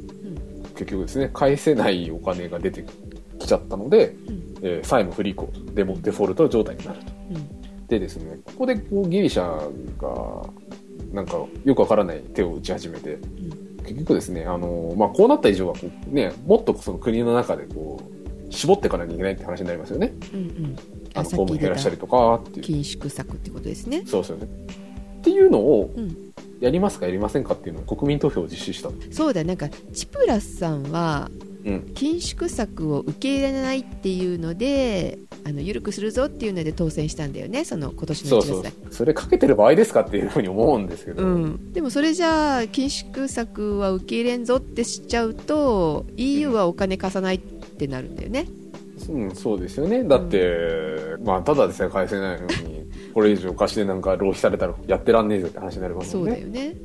C: 結局ですね返せないお金が出てきちゃったので、
A: うん
C: えー債務不履行でもデフォルト状態になると
A: うん
C: でですねここでこうギリシャがなんかよくわからない手を打ち始めて
A: うん
C: 結局ですねあの、まあ、こうなった以上はこう、ね、もっとその国の中でこう絞っていかなきゃいけないって話になりますよね
A: うんうん
C: あ
A: あ
C: の
A: さ
C: 公
A: っ
C: 務
A: き
C: 員減
A: 言っ
C: らしたり
A: た
C: とかっていう
A: 緊縮策ってことですね
C: そうですよねっていうのを
A: うん
C: やりますかやりませんかっていうのを国民投票を実施した
A: そうだなんかチプラスさんは
C: うん
A: 緊縮策を受け入れないっていうのであの緩くするぞっていうので当選したんだよねその今年
C: そ
A: の1
C: う
A: 月だ
C: そ
A: っ
C: う
A: け
C: それかけてる場合ですかっていうふうに思うんですけど、
A: うん、でもそれじゃあ緊縮策は受け入れんぞってしちゃうと EU はお金貸さないってなるんだよね、
C: うん、そうですよね。だって、まあ、ただでさえ返せないのに、これ以上貸してなんか浪費されたらやってらんねえぜって話になります
A: そ
C: も
A: うんだ
C: ね。
A: よね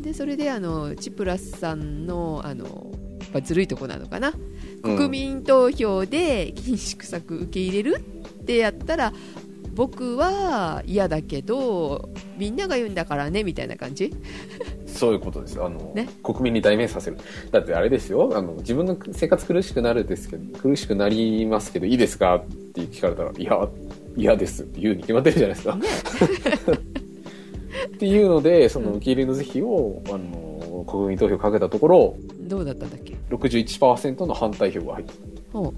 A: でそれであのチプラスさんのあの、まあ、ずるいとこなのかな
C: うん
A: 国民投票で緊縮策受け入れるってやったら僕は嫌だけどみんなが言うんだからねみたいな感じ
C: そういうことです。あの、
A: ね
C: 国民に代弁させる。だってあれですよ、あの、自分の生活苦しくなるですけど、苦しくなりますけど、いいですかって聞かれたら、いや、嫌ですって言うに決まってるじゃないですか。っていうので、その受け入れの是非を、あの、国民投票かけたところ、
A: どうだったんだっけ
C: 61%の反対票が入ってた。
A: ほ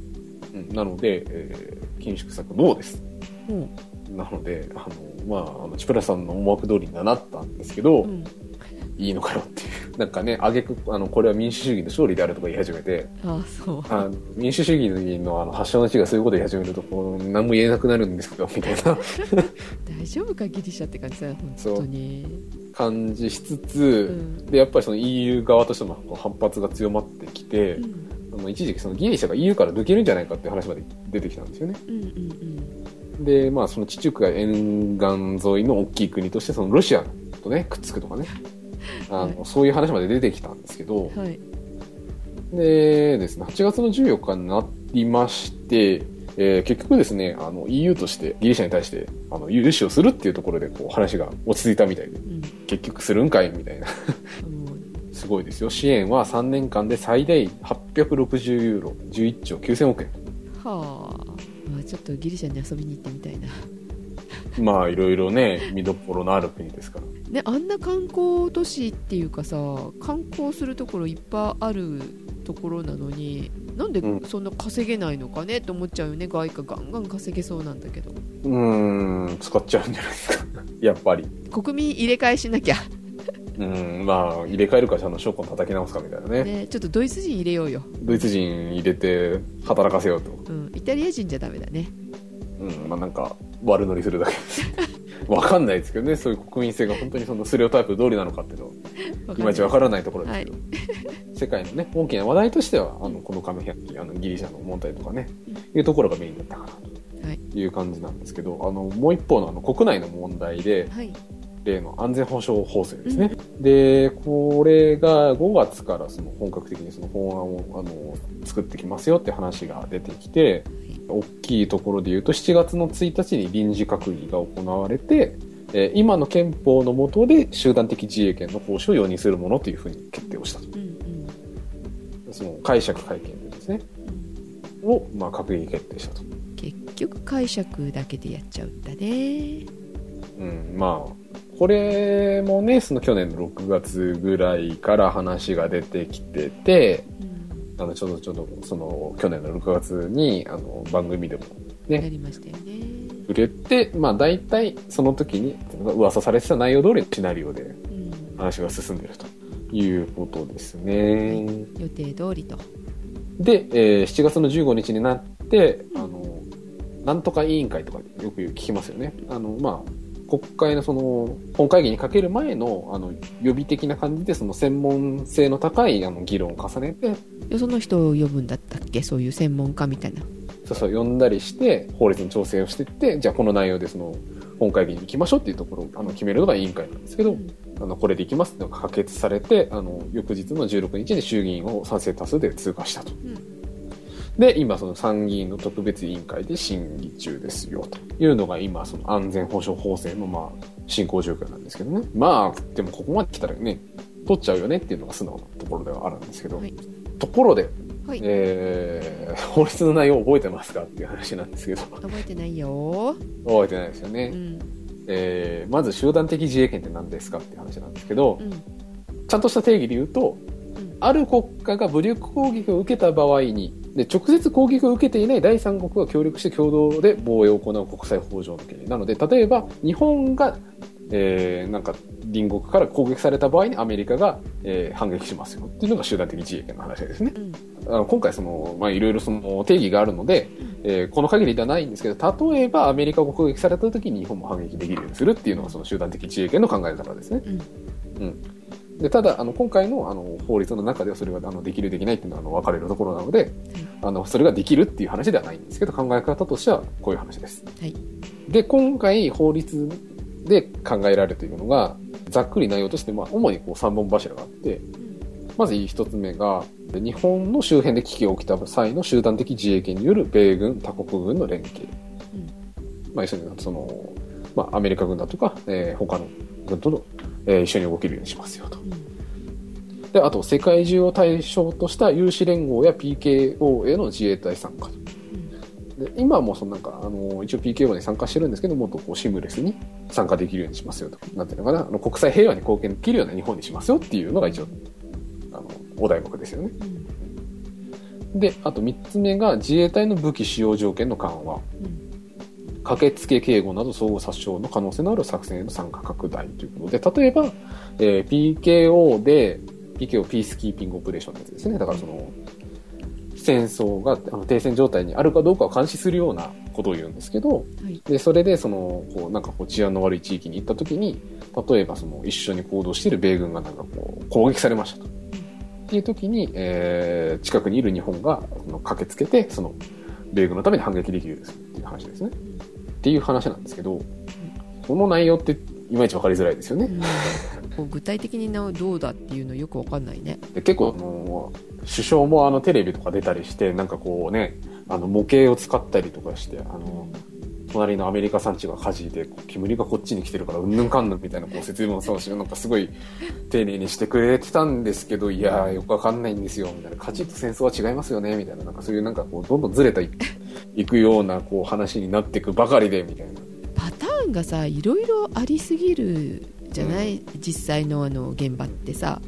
C: うん、なので、えー緊縮策ノーです。
A: うほ
C: なので、あの、まあ、あの、チプラさんの思惑通りにはなったんですけど、
A: う、うん
C: いいのかよっていう。なんかね、あげく、あの、これは民主主義の勝利であるとか言い始めて、
A: ああそう
C: あの民主主義のあの発祥の地がそういうことを言い始めると、こう、何も言えなくなるんですけど、みたい な
A: 大丈夫かギリシャって感じだよ本当に
C: 感じしつつ、
A: ん
C: で、やっぱりその EU 側としてもこう反発が強まってきて、
A: うん
C: あの一時期そのギリシャが EU から抜けるんじゃないかっていう話まで出てきたんですよね。
A: うんうん
C: で、まあ、その地中海沿岸沿いの大きい国として、そのロシアとね、くっつくとかね、あの、そういう話まで出てきたんですけど、
A: うんはい
C: でですね、8月の14日になりまして、えー結局ですね、あの、EU としてギリシャに対して、あの、融資をするっていうところで、こう、話が落ち着いたみたいで、
A: う
C: 結局するんかいみたいな。
A: んもう
C: すごいですよ。支援は3年間で最大860ユーロ、11兆9000億円。
A: はああちょっとギリシャに遊びに行ってみたいな
C: まあ、いろいろね、見どころのある国ですから。
A: ねあんな観光都市っていうかさ観光するところいっぱいあるところなのになんで
C: うん
A: そんな稼げないのかねと思っちゃうよね外貨ガンガン稼げそうなんだけど
C: うーん、使っちゃうんじゃないですか。 やっぱり。
A: 国民入れ替えしなきゃ、
C: うん、まあ、入れ替えるか、あの、証拠叩き直すかみたいなね。
A: ね、ちょっとドイツ人入れようよ、
C: ドイツ人入れて、働かせようと。
A: うん、イタリア人じゃダメだね
C: うん、まあなんか、悪乗りするだけ です。わかんないですけどね、そういう国民性が本当にそのスレオタイプ通りなのかっていうのは、
A: わ
C: い
A: かん
C: ま
A: ない
C: ちわからないところですけど。 世界のね、大きな話題としては、あの、この亀百鬼、あの、ギリシャの問題とかね、いうところがメインだったかな、
A: はい
C: という感じなんですけど、あの、もう一方のあの、国内の問題で、
A: はい
C: 例の安全保障法制ですね、でこれが5月からその本格的にその法案をあの作ってきますよって話が出てきて、大きいところで言うと7月の1日に臨時閣議が行われて、えー今の憲法の下で集団的自衛権の行使を容認するものというふうに決定をしたと
A: うんうん
C: その解釈会見でですね
A: うん
C: を、まあ、閣議決定したと、
A: 結局解釈だけでやっちゃうんだね
C: うん、まあこれもねその去年の6月ぐらいから話が出てきてて、
A: うん
C: あの、ちょうどちょうど、その、去年の6月に、あの、番組でも
A: や
C: ね、
A: りましたよね
C: 触れて、まあ、大体、その時に、噂されてた内容通りのシナリオで
A: うん
C: 話が進んでるということですね。
A: 予定通りと
C: で、えー7月の15日になって、あの、なんとか委員会とかよく聞きますよね。あの、まあ、国会のその、本会議にかける前の、あの、予備的な感じで、その専門性の高い、あの、議論を重ねて、
A: よその人を呼ぶんだったっけそういう専門家みたいな
C: そうそう呼んだりして法律の調整をしていってじゃあこの内容でその本会議に行きましょうっていうところをあの決めるのが委員会なんですけど、あのこれで行きますっていうのが可決されてあの翌日の16日に衆議院を賛成多数で通過したと、
A: ん
C: で今その参議院の特別委員会で審議中ですよというのが今その安全保障法制のまあ進行状況なんですけどねまあでもここまで来たらね取っちゃうよねっていうのが素直なところではあるんですけど、
A: はい
C: ところで
A: はい、
C: えー法律の内容覚えてますかっていう話なんですけど、 覚
A: 覚えてないよ、
C: えてないですよね。
A: うん
C: えーまず集団的自衛権って何ですかっていう話なんですけど
A: う、ん
C: ちゃんとした定義で言うと、
A: うん
C: ある国家が武力攻撃を受けた場合に、で直接攻撃を受けていない第三国が協力して共同で防衛を行う国際法上の権利。なので、例えば日本が、えーなんか隣国から攻撃された場合にアメリカが、えー反撃しますよっていうのが集団的自衛権の話ですね。
A: うん
C: あの今回その、まあ、いろいろその定義があるので、えーこの限りではないんですけど例えばアメリカが攻撃された時に日本も反撃できるようにするっていうのがその集団的自衛権の考え方ですね。うんでただあの今回のあの法律の中ではそれがあのできるできないっていうのはあの分かれるところなのであのそれができるっていう話ではないんですけど考え方としてはこういう話です。
A: はい
C: で今回法律で考えられているのがざっくり内容として、まあ、主にこう3本柱があってまず1つ目が、日本の周辺で危機が起きた際の集団的自衛権による米軍、他国軍の連携。まあ、要するに、その、まあ、アメリカ軍だとか、えー他の軍との、えー一緒に動けるようにしますよと。で、あと、世界中を対象とした有志連合や PKO への自衛隊参加と。で今はもうそのなんか、あの、一応 PKO に参加してるんですけど、もっとこうシームレスに参加できるようにしますよと。なんていうのかな、あの国際平和に貢献できるような日本にしますよっていうのが一応、あの、お題目ですよね。で、あと3つ目が自衛隊の武器使用条件の緩和。駆けつけ警護など相互殺傷の可能性のある作戦への参加拡大ということで、例えば、えー PKO で、PKO ピースキーピングオペレーションのやつですね。だからその、戦争があの停戦状態にあるかどうかを監視するようなことを言うんですけど、
A: はい
C: で、それでその、こう、なんかこう治安の悪い地域に行った時に、例えばその一緒に行動している米軍がなんかこう攻撃されましたと。っていう時に、えー近くにいる日本がその駆けつけて、その、米軍のために反撃できるようにするっていう話ですね。っていう話なんですけど、この内容っていまいちわかりづらいですよね。
A: こう具体的になどうだっていうのよくわかんないね
C: で結構あの首相もあのテレビとか出たりしてなんかこうねあの模型を使ったりとかしてあの隣のアメリカ産地が火事でこう煙がこっちに来てるからうんぬんかんぬんみたいなこう説明もそうしなんかすごい丁寧にしてくれてたんですけどいやーよくわかんないんですよみたいな火事と戦争は違いますよねみたいななんかそういうなんかこうどんどんずれたいいくようなこう話になっていくばかりでみたいな。
A: パターンがさいろいろありすぎるじゃない、実際のあの現場ってさ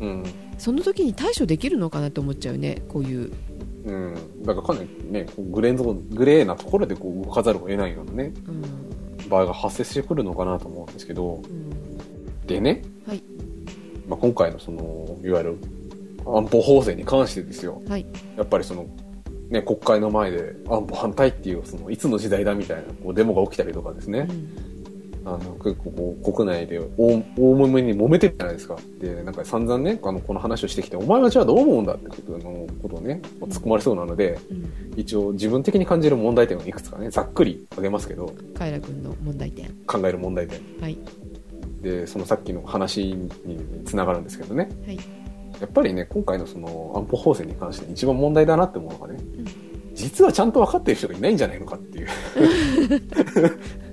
C: うん
A: その時に対処できるのかなって思っちゃうねこういう
C: うん、だからかなりね、こうグレーゾグレーなところでこう動かざるを得ないようなね、
A: うん、
C: 場合が発生してくるのかなと思うんですけど
A: うん、
C: でね、
A: はい
C: まあ、今回のそのいわゆる安保法制に関してですよ
A: はい
C: やっぱりその、ね、国会の前で安保反対っていうそのいつの時代だみたいなこうデモが起きたりとかですね、あの結構こう国内で大大揉めに揉めてるじゃないですかでなんか散々ねあのこの話をしてきてお前はじゃあどう思うんだってことのことをねこう突っ込まれそうなので
A: うん
C: 一応自分的に感じる問題点をいくつかねざっくり挙げますけど
A: カイラ君の問題点
C: 考える問題点
A: はい
C: でそのさっきの話につながるんですけどね
A: はい
C: やっぱりね今回のその安保法制に関して一番問題だなって思うのがね、実はちゃんと分かってる人がいないんじゃないのかっていう、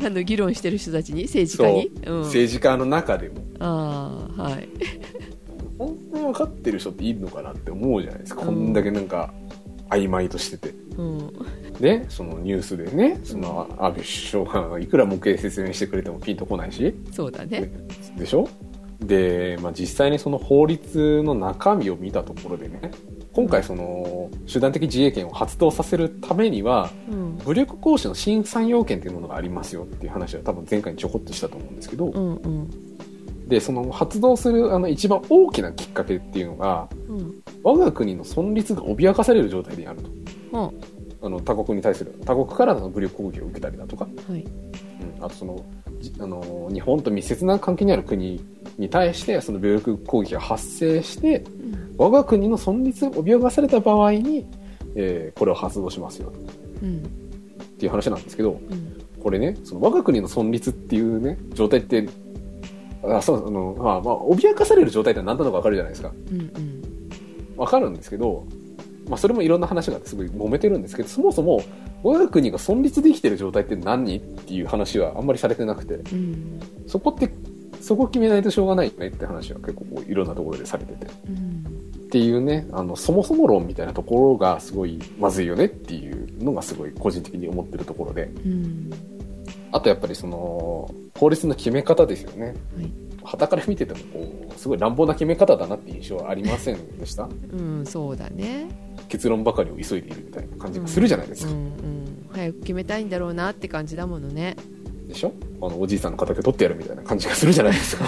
A: あの議論してる人たちに政治家にうん、
C: 政治家の中でも
A: ああはい
C: 本当に分かってる人っているのかなって思うじゃないですか、こんだけなんか曖昧としてて
A: うん
C: でそのニュースでねその安倍首相がいくら模型説明してくれてもピンとこないし
A: そうだね
C: でしょで、まあ、実際にその法律の中身を見たところでね今回その集団的自衛権を発動させるためには
A: うん
C: 武力行使の新3要件っていうものがありますよっていう話は多分前回にちょこっとしたと思うんですけど、
A: うんうん
C: でその発動するあの一番大きなきっかけっていうのが
A: うん
C: 我が国の存立が脅かされる状態にあると
A: うん
C: あの他国に対する他国からの武力攻撃を受けたりだとか
A: はい
C: うん、あとそのじあの日本と密接な関係にある国に対してその武力攻撃が発生して
A: うん
C: 我が国の存立が脅かされた場合に、えーこれを発動しますよ
A: うん
C: っていう話なんですけど、
A: うん
C: これね、その我が国の存立っていうね、状態って、あそうあのまあ、まあ、脅かされる状態って何なのか分かるじゃないですか。
A: うん
C: 分かるんですけど、まあ、それもいろんな話があってすごい揉めてるんですけど、そもそも、我が国が存立できてる状態って何っていう話はあんまりされてなくて、
A: うんうん
C: そこって、そこ決めないとしょうがないよねって話は結構こういろんなところでされてて。
A: うん
C: っていうね、あの、そもそも論みたいなところがすごいまずいよねっていうのがすごい個人的に思ってるところで。
A: うん
C: あとやっぱりその法律の決め方ですよね。
A: はい
C: 傍から見ててもこうすごい乱暴な決め方だなって印象はありませんでした
A: うんそうだね
C: 結論ばかりを急いでいるみたいな感じがするじゃないです
A: う
C: か、
A: んうん早く決めたいんだろうなって感じだものね
C: でしょあのおじいさんの敵取ってやるみたいな感じがするじゃないですか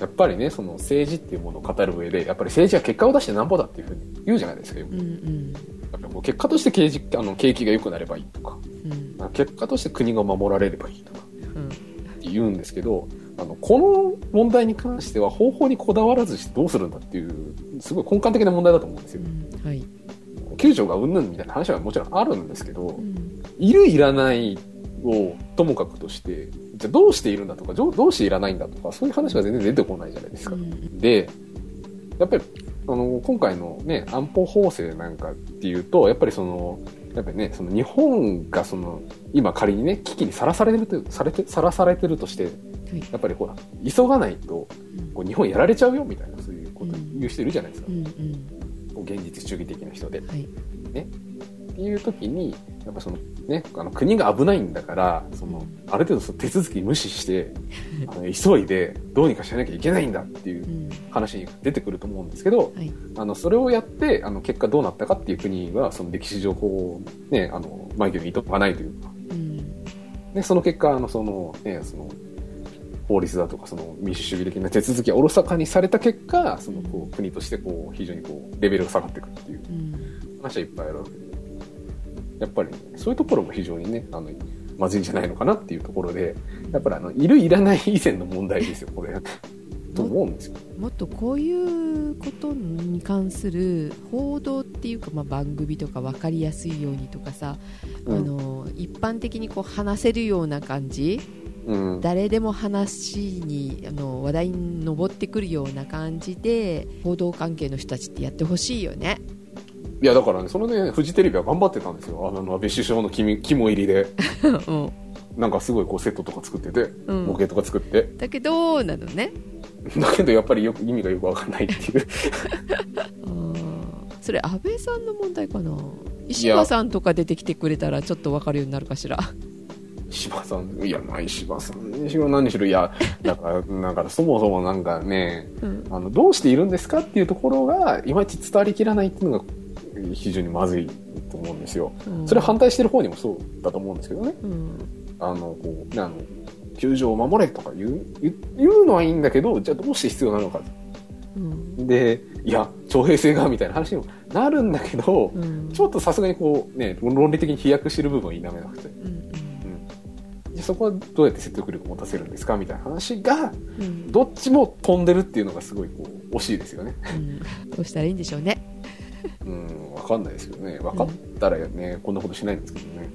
C: やっぱりねその政治っていうものを語る上でやっぱり政治は結果を出してなんぼだっていうふうに言うじゃないですかよく
A: うんうん
C: やっぱりこう結果として景気あの景気が良くなればいいとか
A: うん
C: 結果として国が守られればいいとか
A: うん
C: って言うんですけどあのこの問題に関しては方法にこだわらずしてどうするんだっていうすごい根幹的な問題だと思うんです
A: う
C: よ
A: んはい
C: 救助がうんぬんみたいな話はもちろんあるんですけど
A: うん
C: いるいらないをともかくとしてじゃあどうしているんだとかどうどうしていらないんだとかそういう話が全然出てこないじゃないです
A: う
C: か
A: ん
C: でやっぱりあの今回の、ね、安保法制なんかっていうとやっぱりそのやっぱりねその日本がその今仮にね危機にさらされてるとされてさらされてるとして
A: はい
C: やっぱりほら急がないと
A: うん
C: こう日本やられちゃうよみたいなそういうこと言う人いるじゃないですか
A: う、んうん
C: こう現実主義的な人で。
A: はい
C: っていう時にやっぱそのねあの国が危ないんだからそのある程度その手続き無 視してあの急いでどうにかしなきゃいけないんだっていう
A: うん
C: 話が出てくると思うんですけど、
A: はい
C: あのそれをやってあの結果どうなったかっていう国はその歴史上こう、ね、あのマイケルにいとがないというか
A: うん
C: でその結果あのその、ね、その法律だとかその民主主義的な手続きがおろそかにされた結果そのこう国としてこう非常にこうレベルが下がっていくっていう
A: うん
C: 話はいっぱいあるわけでやっぱり、ね、そういうところも非常にねあのまずいんじゃないのかなっていうところでやっぱりあのいるいらない以前の問題ですよこれと思うんですよ。
A: もっとこういうことに関する報道っていうか、まあ、番組とか分かりやすいようにとかさ、
C: うん
A: あの一般的にこう話せるような感じ
C: うん
A: 誰でも話にあの話題に上ってくるような感じで報道関係の人たちってやってほしいよね。
C: いやだからね、そのね、フジテレビは頑張ってたんですよ。あの、安倍首相の肝肝入りで、
A: うん
C: なんかすごいこうセットとか作ってて、
A: うん
C: 模型とか作って。
A: だけどなのね
C: だけどやっぱりよく意味がよくわかんないっていう。
A: あーそれ安倍さんの問題かな石破さんとか出てきてくれたらちょっと分かるようになるかしら。
C: 石破さん、いや、まあ石破さんにしろ何にしろ、いや、だから、なんかそもそもなんかね、
A: うん
C: あの、どうしているんですかっていうところが、いまいち伝わりきらないっていうのが、非常にまずいと思うんですよ。
A: うん
C: それ反対してる方にもそうだと思うんですけどね。
A: うん
C: あの、こう、ねあの、球場を守れとか言う、言う言うのはいいんだけど、じゃあどうして必要なのか。
A: うん
C: で、いや、徴兵制が、みたいな話にもなるんだけど、
A: うん
C: ちょっとさすがにこう、ね、論理的に飛躍してる部分は否めなくて、
A: うん
C: じゃあそこはどうやって説得力を持たせるんですかみたいな話が、
A: うんうん
C: どっちも飛んでるっていうのがすごいこう、惜しいですよね。
A: うんどうしたらいいんでしょうね。
C: うん、わかんないですけどね。わかったらね、こんなことしないんですけどね。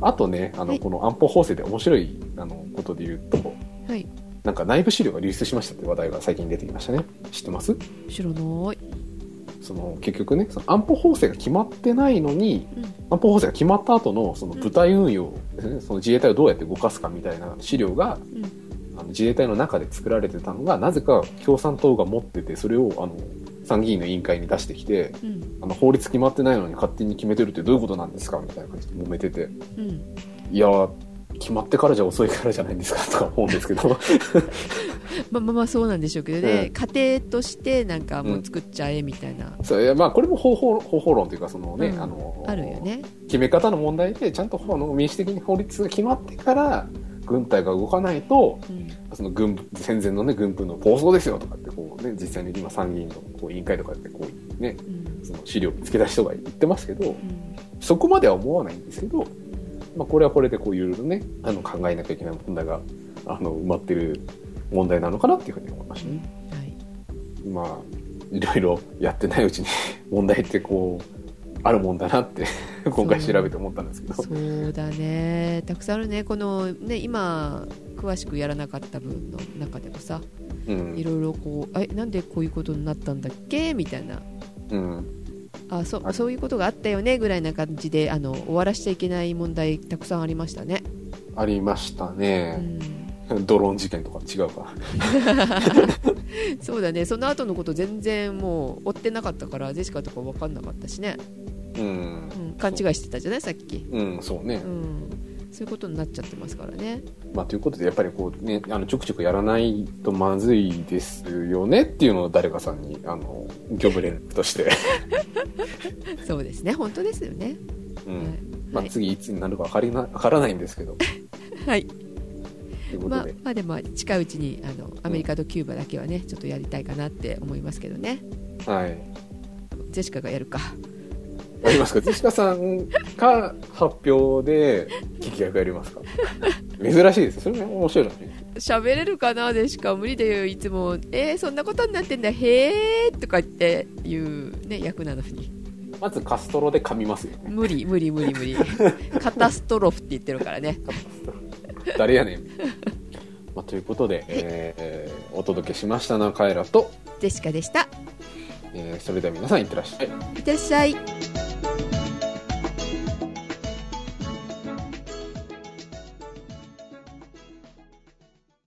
C: あとね、あ
A: は
C: の、
A: い
C: この安保法制で面白い、あの、ことで言うと、
A: はい、
C: なんか内部資料が流出しましたって話題が最近出てきましたね。知ってます
A: 知らない。
C: その、結局ね、その安保法制が決まってないのに、
A: うん
C: 安保法制が決まった後のその部隊運用ですね、その自衛隊をどうやって動かすかみたいな資料が、
A: うん
C: あの自衛隊の中で作られてたのが、なぜか共産党が持ってて、それをあの参議院の委員会に出してきて、
A: うん
C: あの法律決まってないのに勝手に決めてるってどういうことなんですかみたいな感じで揉めてて、
A: うん、
C: いやー、決まってからじゃ遅いからじゃないんですかとか思うんです けど、
A: まあまあまあそうなんでしょうけどね、
C: うん
A: 家庭としてなんかも
C: う
A: うん作っちゃえみたいな、
C: そういやまあ、これも方法方法論というか、そのね、
A: うん
C: あの、
A: あるよね
C: 決め方の問題で、ちゃんとあの民主的に法律が決まってから、軍隊が動かないと、
A: うん
C: その軍部戦前のね、軍部の暴走ですよとかって、こうね、実際に今参議院のこう委員会とかでこうね、
A: うん
C: その資料を見つけ出しとか言ってますけど
A: う、ん
C: そこまでは思わないんですけど、まあ、これはこれでこういろいろね、あの考えなきゃいけない問題が、あの、埋まってる問題なのかなっていうふうに思いましたね。
A: はい
C: まあ、いろいろやってないうちに問題ってこう、あるもんだなって今回調べて思ったんですけど
A: そうだねたくさんあるねこのね今詳しくやらなかった分の中でもさ
C: うん
A: いろいろこうえなんでこういうことになったんだっけみたいな
C: うん
A: あそ
C: あ
A: そういうことがあったよねぐらいな感じであの終わらしちゃいけない問題たくさんありましたね。
C: ありました
A: う
C: ね、
A: ん、
C: ドローン事件とか違うか
A: そうだねその後のこと全然もう追ってなかったからジェシカとか分かんなかったしね、
C: うん
A: うん、勘違いしてたじゃないさっき、
C: うんそうね
A: う、ん、そういうことになっちゃってますからね。
C: まあ、ということでやっぱりこうねあのちょくちょくやらないとまずいですよねっていうのを誰かさんにあの業務連絡として、
A: そうですね本当ですよね。
C: う
A: はい
C: んまあ、
A: はい
C: 次いつになるか分かりな分 からないんですけど
A: はい
C: というこ
A: ま
C: と
A: あ
C: で、、
A: まあでも近いうちにあのアメリカとキューバだけはねちょっとやりたいかなって思いますけどね
C: はい
A: ジェシカがやるか
C: や りますかジェシカさんか発表で劇役やりますか珍しいですそれね面白いらしいです
A: 喋れるかなジェシカ無理だよいつも「えー、そんなことになってんだへーとか言っていう、ね、役なのに
C: まずカストロで噛みますよね
A: 無理無理無理無 理カタストロフって言ってるからね
C: 誰やね ん、まあ、ということで、えーお届けしましたなカエラと、
A: ジェシカでした
C: えーそれでは皆さんいってらっしゃい
A: いってらっしゃい